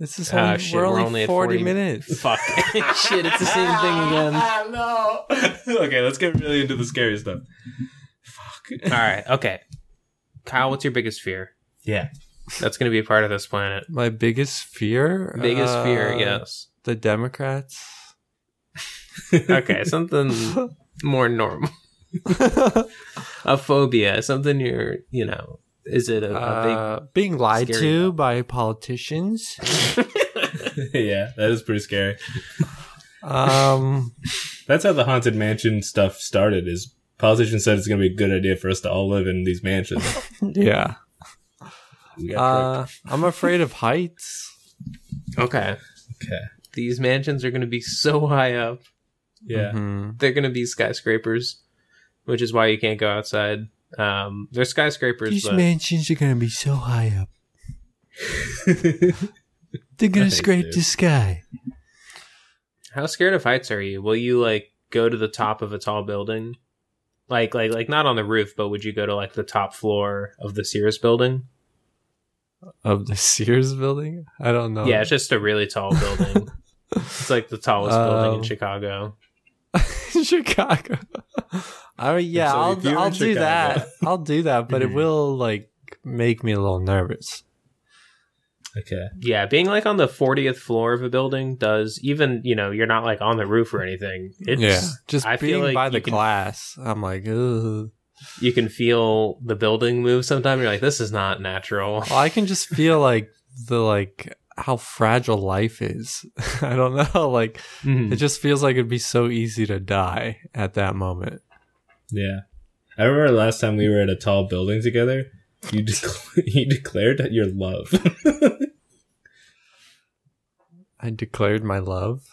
S2: This is
S1: Ah,
S2: only,
S1: shit,
S2: we're, only
S1: we're only at
S2: 40,
S1: 40
S2: minutes.
S1: Fuck. Shit, it's the same thing again. All
S3: no. okay, let's get really into the scary stuff. Fuck.
S1: right. Okay. Kyle, what's your biggest fear?
S3: Yeah.
S1: That's going to be a part of this planet.
S2: My biggest fear?
S1: Biggest fear,
S2: Uh,
S1: yes.
S2: The Democrats.
S1: Okay, something more normal. a phobia, something you're, you know, is it a, a
S2: Uh, being lied
S1: scary
S2: to by politicians.
S3: yeah, that is pretty scary.
S2: um,
S3: That's how the haunted mansion stuff started. Is politicians said it's going to be a good idea for us to all live in these mansions.
S2: yeah.
S3: We got
S2: Uh, I'm afraid of heights.
S1: big. Okay.
S3: tricked. Okay.
S1: These mansions are going to be so high up.
S3: Yeah.
S2: Mhm.
S1: They're going to be skyscrapers, which is why you can't go outside. Um, they're skyscrapers,
S2: These
S1: but
S2: mansions are gonna be so high up. They're gonna
S3: Thanks,
S2: scrape
S3: dude.
S2: the sky.
S1: how scared of heights are you? Will you, like, go to the top of a tall building? Like, like, like, not on the roof, but would you go to, like, the top floor of the Sears building?
S2: Of the Sears building? I don't know.
S1: Yeah, it's just a really tall building. it's like the tallest building in
S2: Um,
S1: Chicago.
S2: Chicago. I mean, yeah,
S3: So
S2: I'll,
S3: if you're in
S2: I'll do
S3: Chicago-
S2: that. I'll do that, but it
S3: Mhm.
S2: will like make me a little nervous.
S3: Okay.
S1: Yeah, being like on the 40th floor of a building does even, you know, you're not like on the roof or anything. It's
S2: yeah, just
S1: I feel
S2: being
S1: like
S2: by
S1: you
S2: the
S1: can-
S2: class, I'm like, Ugh.
S1: you can feel the building move sometimes. You're like, this is not natural.
S2: Well, I can just feel like the like how fragile life is. I don't know, like
S1: Hmm.
S2: it just feels like it'd be so easy to die at that moment.
S3: Yeah. I remember last time we were at a tall building together, you dec- you declared your love.
S2: I declared my love.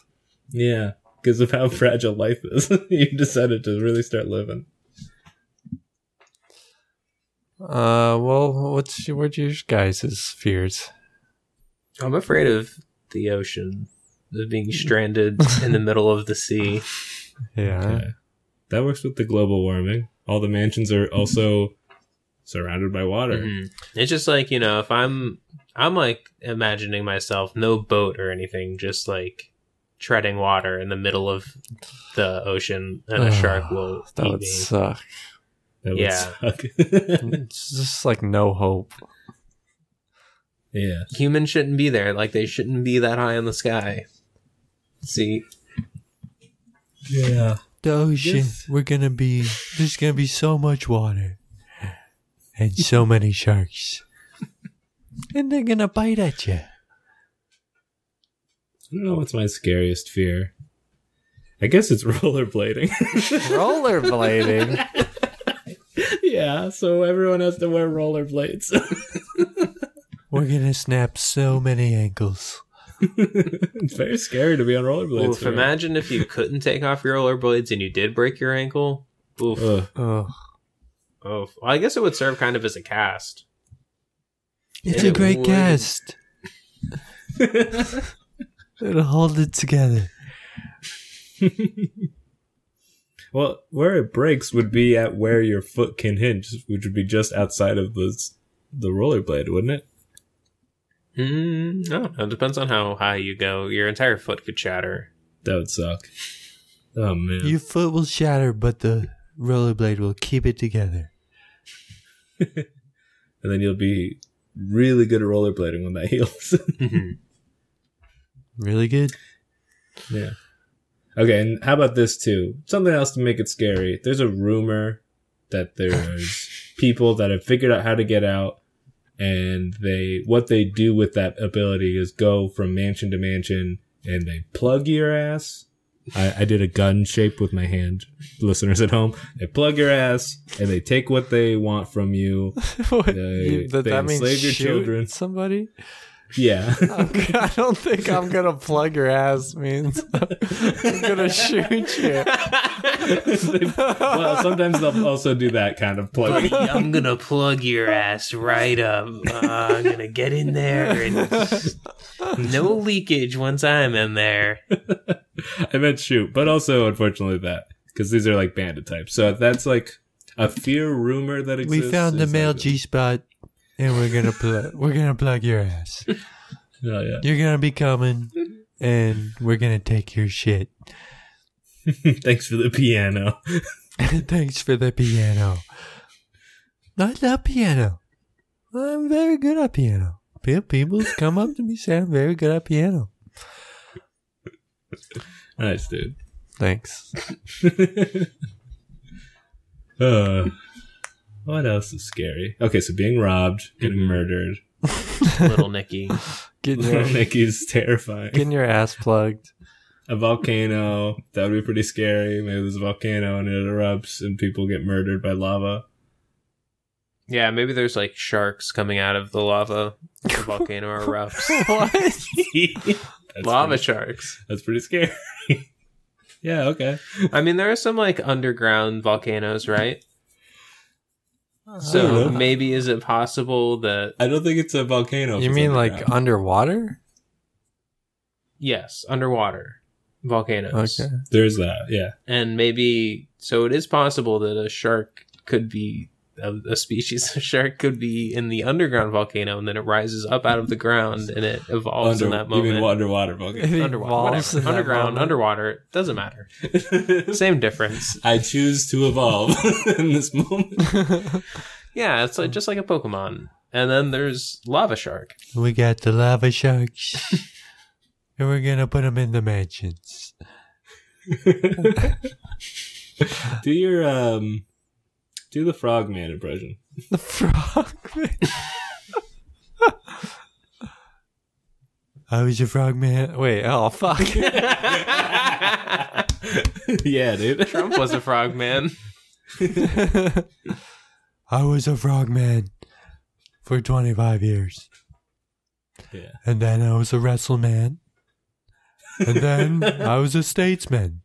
S3: yeah, because of how fragile life is. you decided to really start living.
S2: Uh, well, what's your, what your guys' fears?
S1: I'm afraid of the ocean, of being stranded in the middle of the sea.
S2: Yeah,
S3: Okay. That works with the global warming. All the mansions are also surrounded by water.
S1: Mhm. It's just like, you know, if I'm I'm like imagining myself no boat or anything, just like treading water in the middle of the ocean and a shark will
S2: that
S1: eat
S2: would
S1: me.
S2: suck.
S3: That would
S1: Yeah.
S3: suck.
S2: it's just like no hope.
S3: yeah.
S1: Humans shouldn't be there, like they shouldn't be that high in the sky. See,
S3: Yeah.
S2: The ocean.
S3: Yes.
S2: We're gonna be. There's gonna be so much water, and so many sharks, and they're gonna bite at you.
S3: I don't know what's my scariest fear. I guess it's rollerblading.
S2: Rollerblading.
S3: yeah, so everyone has to wear rollerblades.
S2: we're gonna snap so many ankles.
S3: it's very scary to be on rollerblades.
S1: oof,
S3: for real.
S1: imagine if you couldn't take off your rollerblades and you did break your ankle. Oof, oof.
S3: Ugh.
S2: Oh,
S1: Well, I guess it would serve kind of as a cast.
S2: it's
S1: Yeah,
S2: a great
S1: wood.
S2: cast. It'll hold it together.
S3: Well, where it breaks would be at where your foot can hinge, which would be just outside of the s- the rollerblade, wouldn't it?
S1: Mm, I don't know. It depends on how high you go. Your entire foot could shatter.
S3: That would suck. Oh man.
S2: Your foot will shatter, but the rollerblade will keep it together.
S3: and then you'll be really good at rollerblading when that heals.
S2: Really good.
S3: yeah. Okay, and how about this too? Something else to make it scary. There's a rumor that there's people that have figured out how to get out and they what they do with that ability is go from mansion to mansion and they plug your ass. I, I did a gun shape with my hand, listeners at home. They plug your ass and they take what they want from you.
S2: What,
S3: They-
S2: you- that,
S3: they
S2: that means
S3: enslave your
S2: shoot
S3: children.
S2: Somebody?
S3: Yeah.
S2: I'm g- I don't think I'm gonna plug your ass means I'm gonna shoot you.
S3: well, sometimes they'll also do that kind of plug.
S1: I'm gonna plug your ass right up. Uh, I'm gonna get in there and no leakage once I'm in there.
S3: I meant shoot, but also unfortunately that because these are like bandit types. So that's like a fear rumor that
S2: We
S3: exists.
S2: found the
S3: is
S2: male
S3: like-
S2: G spot, and we're gonna plug. We're gonna plug your ass.
S3: Oh yeah.
S2: You're gonna be coming, and we're gonna take your shit.
S3: Oh, Thanks for the piano.
S2: Thanks for the piano. I love piano. I'm very good at piano. Pe- People come up to me say I'm very good at piano.
S3: Nice dude.
S2: Thanks.
S3: Uh, what else is scary? Okay, so being robbed, getting
S2: Mm-hmm.
S3: murdered.
S1: Little Nicky.
S2: Getting
S3: Little
S2: your,
S3: Nicky's terrifying.
S2: getting your ass plugged.
S3: a volcano. That would be pretty scary. Maybe there's a volcano and it erupts and people get murdered by lava.
S1: Yeah, maybe there's like sharks coming out of the lava. The volcano erupts.
S2: what?
S3: That's
S1: lava
S3: pretty-
S1: sharks.
S3: That's pretty scary. yeah, okay.
S1: I mean, there are some like underground volcanoes, right?
S3: I
S1: So
S2: Oh,
S3: don't know.
S1: maybe is it possible that
S3: I don't think it's a volcano. if
S2: you
S3: it's
S2: mean like uh,
S3: underground.
S2: underwater?
S1: yes, underwater volcanoes,
S2: Okay.
S3: there's that? Yeah,
S1: and maybe so it is possible that a shark could be a, a species of shark could be in the underground volcano, and then it rises up out of the ground and it evolves in that
S3: you mean
S1: moment.
S3: underwater volcano?
S2: It
S1: Underwater,
S2: evolves in
S1: whatever.
S2: that
S1: underground,
S2: moment.
S1: underwater, it doesn't matter. Same difference.
S3: I choose to evolve in this moment.
S1: Yeah, it's like, just like a Pokemon. And then there's lava shark.
S2: We got the lava sharks, and we're gonna put them in the mansions.
S3: Do your um, do the frogman impression.
S2: The frog. I was a frog man. Wait, oh fuck!
S1: Trump
S3: yeah, dude.
S1: was a frogman.
S2: I was a frog man for 25 years,
S3: Yeah.
S2: and then I was a wrestle man, and then I was a statesman,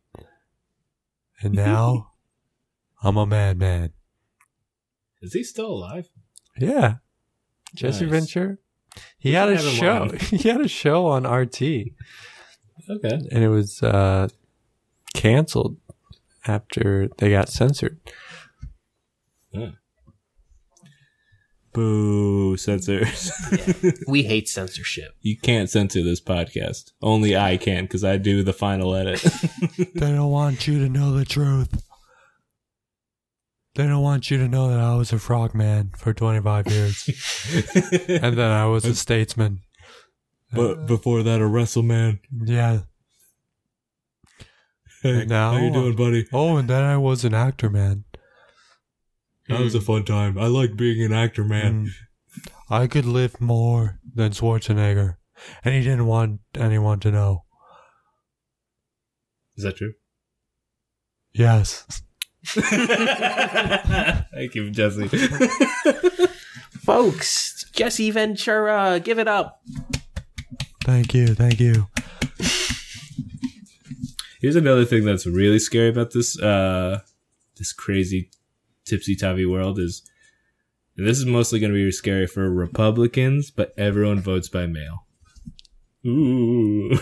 S2: and now I'm a madman.
S3: Is he still alive?
S2: Yeah, Jesse
S3: Nice.
S2: Ventura. He had a
S3: should have him
S2: show.
S3: on.
S2: He had a show on RT.
S3: Okay.
S2: and it was uh, canceled after they got censored.
S3: Boo, censors.
S1: We hate censorship.
S3: you can't censor this podcast. Only I can because I do the final edit.
S2: They don't want you to know the truth. They don't want you to know that I was a frogman for 25 years, and then I was a statesman.
S3: but before that, a wrestle man.
S2: Yeah.
S3: Hey,
S2: Now-
S3: how you doing, buddy?
S2: Oh, and then I was an actor man.
S3: That was a fun time. I like being an actor, man.
S2: And Mm. I could live more than Schwarzenegger, and he didn't want anyone to know.
S3: Is that true?
S2: Yes.
S3: Thank you, Jesse.
S1: Folks, Jesse Ventura, give it up.
S2: Thank you. Thank you.
S3: Here's another thing that's really scary about this uh this crazy tipsy tavy world is and this is mostly going to be scary for Republicans, but everyone votes by mail. Ooh,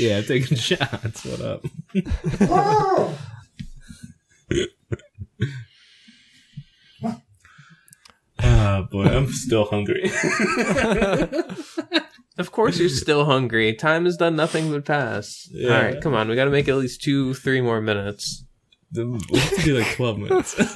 S3: yeah, taking shots. What up? Ah, boy, I'm still hungry.
S1: Of course, you're still hungry. Time has done nothing but pass.
S3: Yeah.
S1: All right, come on. We got to make at least two, three more minutes.
S3: Let's do like 12 minutes.
S1: All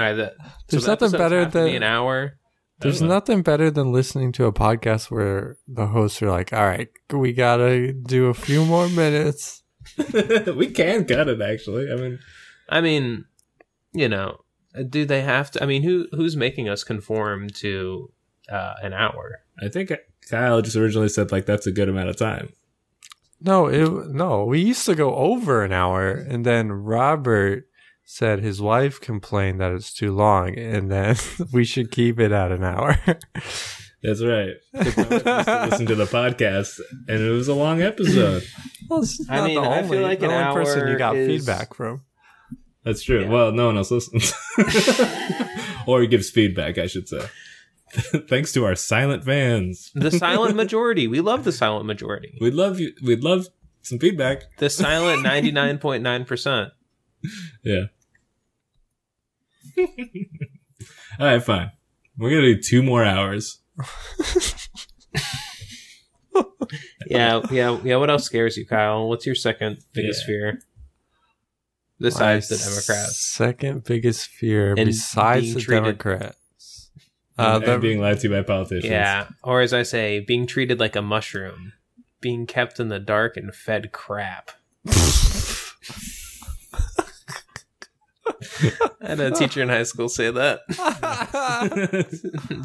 S1: right, that,
S2: There's
S1: the
S2: nothing
S1: episodes
S2: better
S1: have to be
S2: than-
S1: an hour.
S2: There's
S3: don't know.
S2: nothing better than listening to a podcast where the hosts are like, "All right, we gotta do a few more minutes."
S3: we can cut it actually. I mean,
S1: I mean, you know, do they have to? I mean, who who's making us conform to uh, an hour?
S3: I think Kyle just originally said like that's a good amount of time.
S2: No, it no. We used to go over an hour, and then Robert said his wife complained that it's too long, and then we should keep it at an hour.
S3: That's right. 'Cause my wife used to listen to the podcast, and it was a long episode.
S2: well, it's
S1: I
S2: not
S1: mean,
S2: the
S1: I
S2: only,
S1: feel like
S2: the
S1: an
S2: only person you
S1: hour
S2: got
S1: is-
S2: feedback from.
S3: That's true.
S1: Yeah.
S3: Well, no one else listens, or gives feedback, I should say. Thanks to our silent fans,
S1: The silent majority. We love the silent majority.
S3: we'd love you. We'd love some feedback.
S1: The silent ninety nine point nine percent.
S3: Yeah. All right, fine. We're gonna do two more hours.
S1: Yeah, yeah, yeah. What else scares you, Kyle? What's your second biggest
S3: Yeah.
S1: fear?
S2: My
S1: Besides the Democrats,
S2: Second biggest fear
S1: And
S2: besides
S1: being
S2: the
S1: treated-
S2: Democrats. Uh,
S3: and
S2: the-
S3: being lied to by politicians.
S1: yeah, or as I say, being treated like a mushroom, being kept in the dark and fed crap. I had a teacher in high school say that.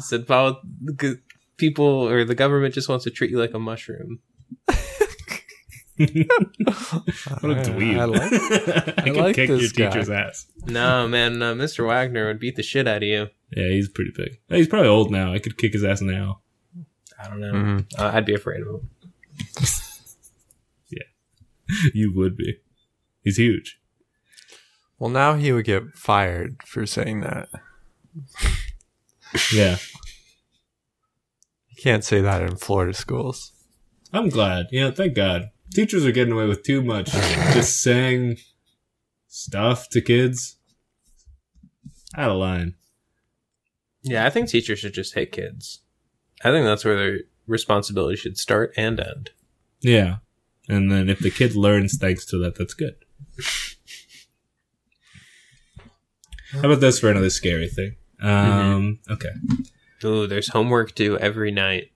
S1: said "Pol- g- people or the government just wants to treat you like a mushroom.
S3: What a
S2: I-
S3: dweeb.
S2: I like
S3: I could
S2: like
S3: kick
S2: this
S3: your
S2: guy.
S3: teacher's ass.
S1: No, man, uh, Mr. Wagner would beat the shit out of you.
S3: Yeah, he's pretty big. He's probably old now. I could kick his ass now.
S1: I don't know.
S2: Mhm.
S1: Uh, I'd be afraid of him.
S3: you would be. He's huge.
S2: Well, now he would get fired for saying that.
S3: Yeah.
S2: You can't say that in Florida schools.
S3: I'm glad. You know, thank God. Teachers are getting away with too much. Just saying stuff to kids. Out of line.
S1: Yeah, I think teachers should just hit kids. I think that's where their responsibility should start and end.
S3: Yeah. And then if the kid learns thanks to that, that's good. How about this for another scary thing?
S2: Mm-hmm.
S3: Um, okay.
S1: Ooh, there's homework due every night.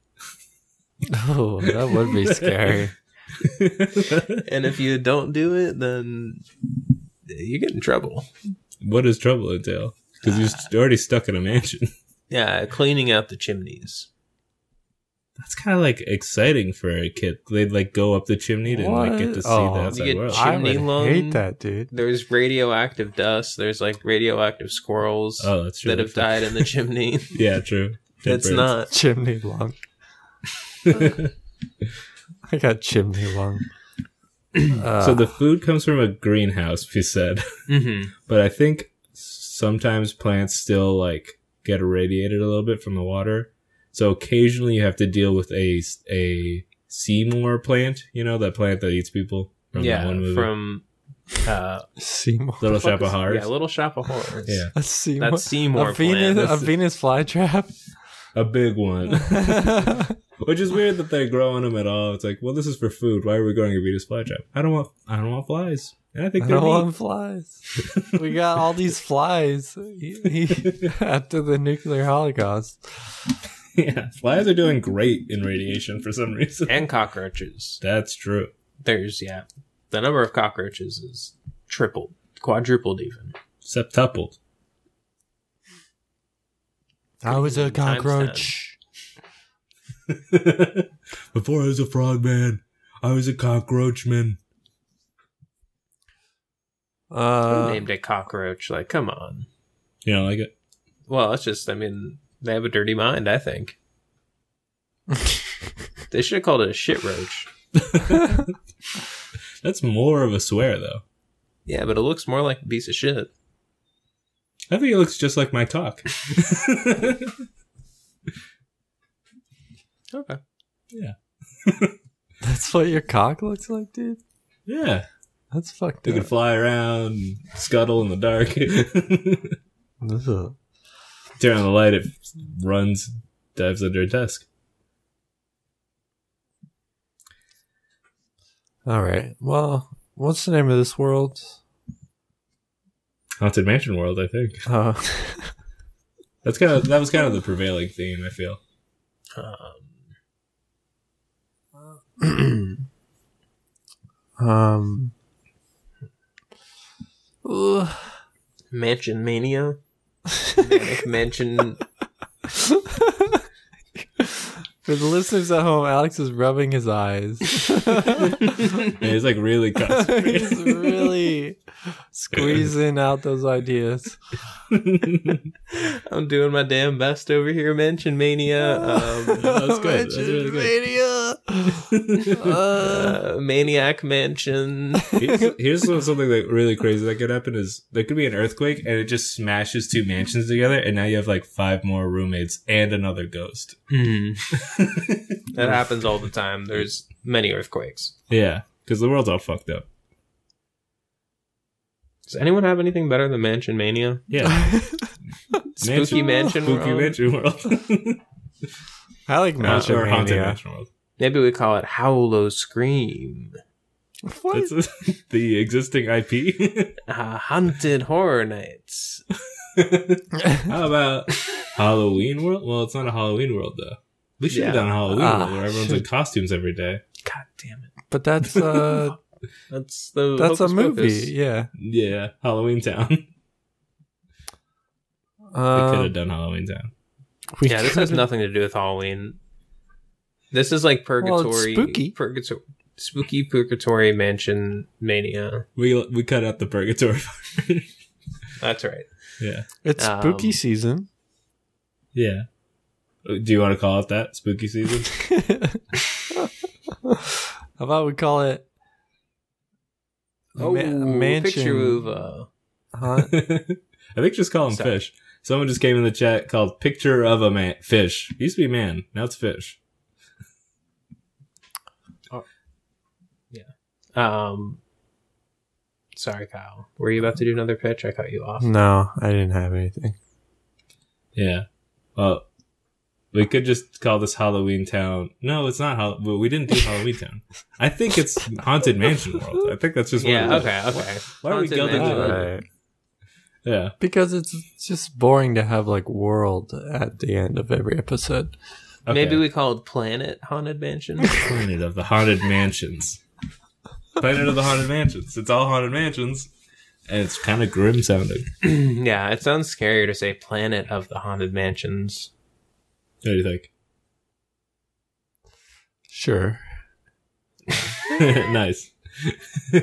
S2: Oh, that would be scary.
S1: And if you don't do it, then you get in trouble.
S3: what does trouble entail? Because you're st- already stuck in a mansion.
S1: Yeah, cleaning out the chimneys.
S3: That's kind of like exciting for a kid. They'd like go up the chimney to like get to
S2: What?
S3: see
S2: Oh.
S3: the
S2: You
S3: outside
S1: get
S3: world.
S2: I
S1: Chimney
S2: would
S1: lung.
S2: hate that, dude.
S1: There's radioactive dust. There's like radioactive squirrels
S3: oh, that's true.
S1: that have died in the chimney.
S3: Yeah, true. Dead
S1: That's
S3: birds.
S1: not.
S2: Chimney lung. I got chimney lung. Uh,
S3: So the food comes from a greenhouse, we said.
S1: hmm
S3: But I think sometimes plants still like get irradiated a little bit from the water. So occasionally you have to deal with a a Seymour plant. You know that plant that eats people from that
S1: yeah,
S3: one movie,
S1: from uh,
S2: Seymour.
S3: Little Shop
S1: fuck
S3: of
S1: is-
S3: Horrors.
S1: Yeah, Little Shop of Horrors.
S3: Yeah.
S2: A Seymour.
S1: that's Seymour
S2: a Venus,
S1: plant.
S2: a Venus flytrap.
S3: a big one. Which is weird that they're growing them at all. It's like, well, this is for food. Why are we growing a Venus flytrap? I don't want, I don't want flies. And I think
S2: I
S3: they're
S2: don't
S3: neat.
S2: want flies. we got all these flies He- he- after the nuclear holocaust.
S3: yeah, flies are doing great in radiation for some reason.
S1: and cockroaches.
S3: That's true.
S1: There's yeah, the number of cockroaches is tripled, quadrupled even.
S3: Septupled.
S2: I was a
S1: Times ten.
S2: cockroach.
S3: Before I was a frogman, I was a cockroachman.
S1: Who
S2: Uh,
S1: named a cockroach? Like, come on.
S3: You know, like it.
S1: Well, it's just I mean they have a dirty mind. I think they should have called it a shit roach.
S3: That's more of a swear, though.
S1: Yeah, but it looks more like a piece of shit.
S3: I think it looks just like my cock.
S1: Okay.
S2: that's what your cock looks like, dude.
S3: yeah,
S2: That's fucked
S3: they can
S2: up.
S3: fly around, and scuttle in the dark.
S2: Ugh.
S3: Turn on the light, it runs, dives under a desk.
S2: All right. Well, what's the name of this world?
S3: Haunted Mansion World, I think.
S2: Uh,
S3: That's kind of that was kind of the prevailing theme. I feel.
S1: Um,
S2: um. ugh.
S1: Mansion Mania. Manic Mansion.
S2: For the listeners at home, Alex is rubbing his eyes.
S3: And he's like really
S2: He's
S3: concentrating.
S2: really squeezing out those ideas.
S1: I'm doing my damn best over here, Mansion Mania. Um,
S3: that's good. That's really
S2: Mania. Uh,
S1: uh, Maniac Mansion.
S3: here's, here's some- something that really crazy that could happen is there could be an earthquake and it just smashes two mansions together and now you have like five more roommates and another ghost.
S1: Hmm. that happens all the time. There's many earthquakes.
S3: Yeah, because the world's all fucked up.
S1: Does anyone have anything better than Mansion Mania?
S3: Yeah,
S1: Spooky Mansion
S3: spooky
S1: World?
S3: mansion world.
S2: I like Mansion
S3: or haunted
S2: Mania.
S3: mansion world.
S1: Maybe we call it Howlo Scream.
S2: What?
S3: That's the existing IP.
S1: Uh, haunted Horror Nights.
S3: How about Halloween world? Well, it's not a Halloween world though. We should have
S1: Yeah.
S3: done Halloween
S2: Ah,
S3: world where everyone's in costumes every day.
S1: God damn it.
S2: But that's uh,
S1: That's the
S2: that's a
S1: Hocus
S2: movie.
S1: Pocus.
S2: Yeah.
S3: Yeah, Halloween Town. we could
S2: Um,
S3: have done Halloween Town.
S2: we
S1: Yeah, this has
S2: could've-
S1: nothing to do with Halloween. This is like purgatory,
S2: Well, it's spooky.
S1: purgatory, spooky purgatory mansion mania.
S3: We we cut out the purgatory. part.
S1: That's right.
S3: yeah,
S2: It's spooky
S1: Um,
S2: season.
S3: yeah. Uh, Do you want to call it that? Spooky season.
S2: How about we call it
S1: Oh,
S2: Ma- Mansion
S1: picture of uh,
S2: Haunt-
S3: I think just call him
S1: Sorry.
S3: fish. Someone just came in the chat called "Picture of a Man Fish." Used to be man, now it's fish.
S1: um. Sorry, Kyle. Were you about to do another pitch? I cut you off.
S2: No, I didn't have anything.
S3: Yeah. Well, we could just call this Halloween Town. No, it's not. Hall- well, we didn't do Halloween Town. I think it's Haunted Mansion World. I think that's just what it
S1: Yeah.
S3: is.
S1: Okay. Okay.
S3: Why are we
S1: Haunted
S3: gilding
S1: Mansion.
S3: it?
S2: Alright.
S3: Yeah.
S2: Because it's just boring to have like world at the end of every episode.
S3: Okay.
S1: Maybe we call it Planet Haunted Mansion.
S3: Planet of the Haunted Mansions. Planet of the Haunted Mansions. It's all haunted mansions, and it's kind of grim sounding.
S1: yeah, it sounds scarier to say Planet of the Haunted Mansions.
S3: What do you think?
S2: Sure.
S3: nice.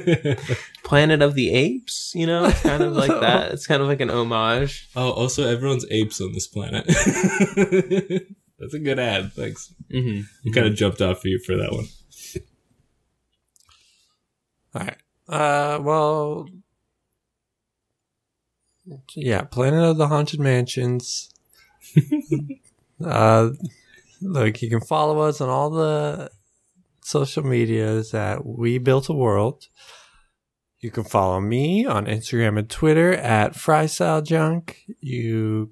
S1: Planet of the Apes. You know, it's kind of like that. It's kind of like an homage.
S3: oh, also everyone's apes on this planet. That's a good ad. Thanks.
S1: Mm-hmm.
S3: I kind of jumped off for you for that one.
S2: All right. Uh, well, yeah, Planet of the Haunted Mansions. uh, look, you can follow us on all the social medias at We Built a World. You can follow me on Instagram and Twitter at FryStyleJunk. You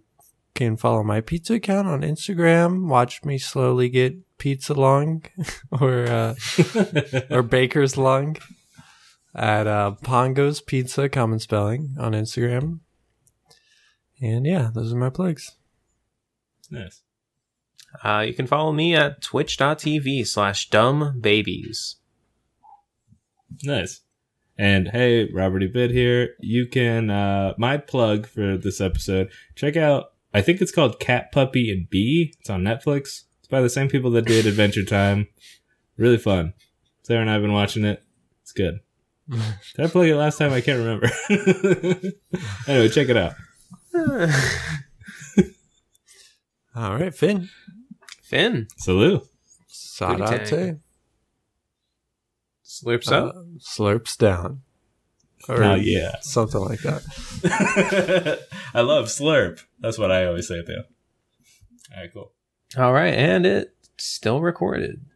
S2: can follow my pizza account on Instagram. Watch me slowly get pizza lung or uh, or Baker's Lung at uh, Pongo's Pizza, common spelling on Instagram. And yeah, those are my plugs.
S3: nice.
S1: Uh, you can follow me at twitch.tv slash dumbbabies.
S3: Nice. And hey, Robert E. Bid here. You can, uh, my plug for this episode, check out, I think it's called Cat, Puppy, and Bee. It's on Netflix. It's by the same people that did Adventure Time. Really fun. Sarah and I have been watching it. It's good. Did I plug it last time? I can't remember. anyway, check it out.
S2: All right, Finn.
S1: Finn,
S3: Salute.
S2: Sadate.
S1: slurps
S2: Uh,
S1: up.
S2: slurps down. Or
S3: Oh, yeah.
S2: something like that.
S3: I love Slurp. That's
S1: Uh,
S3: what I always say, though. All right, cool.
S1: All right, and it still recorded.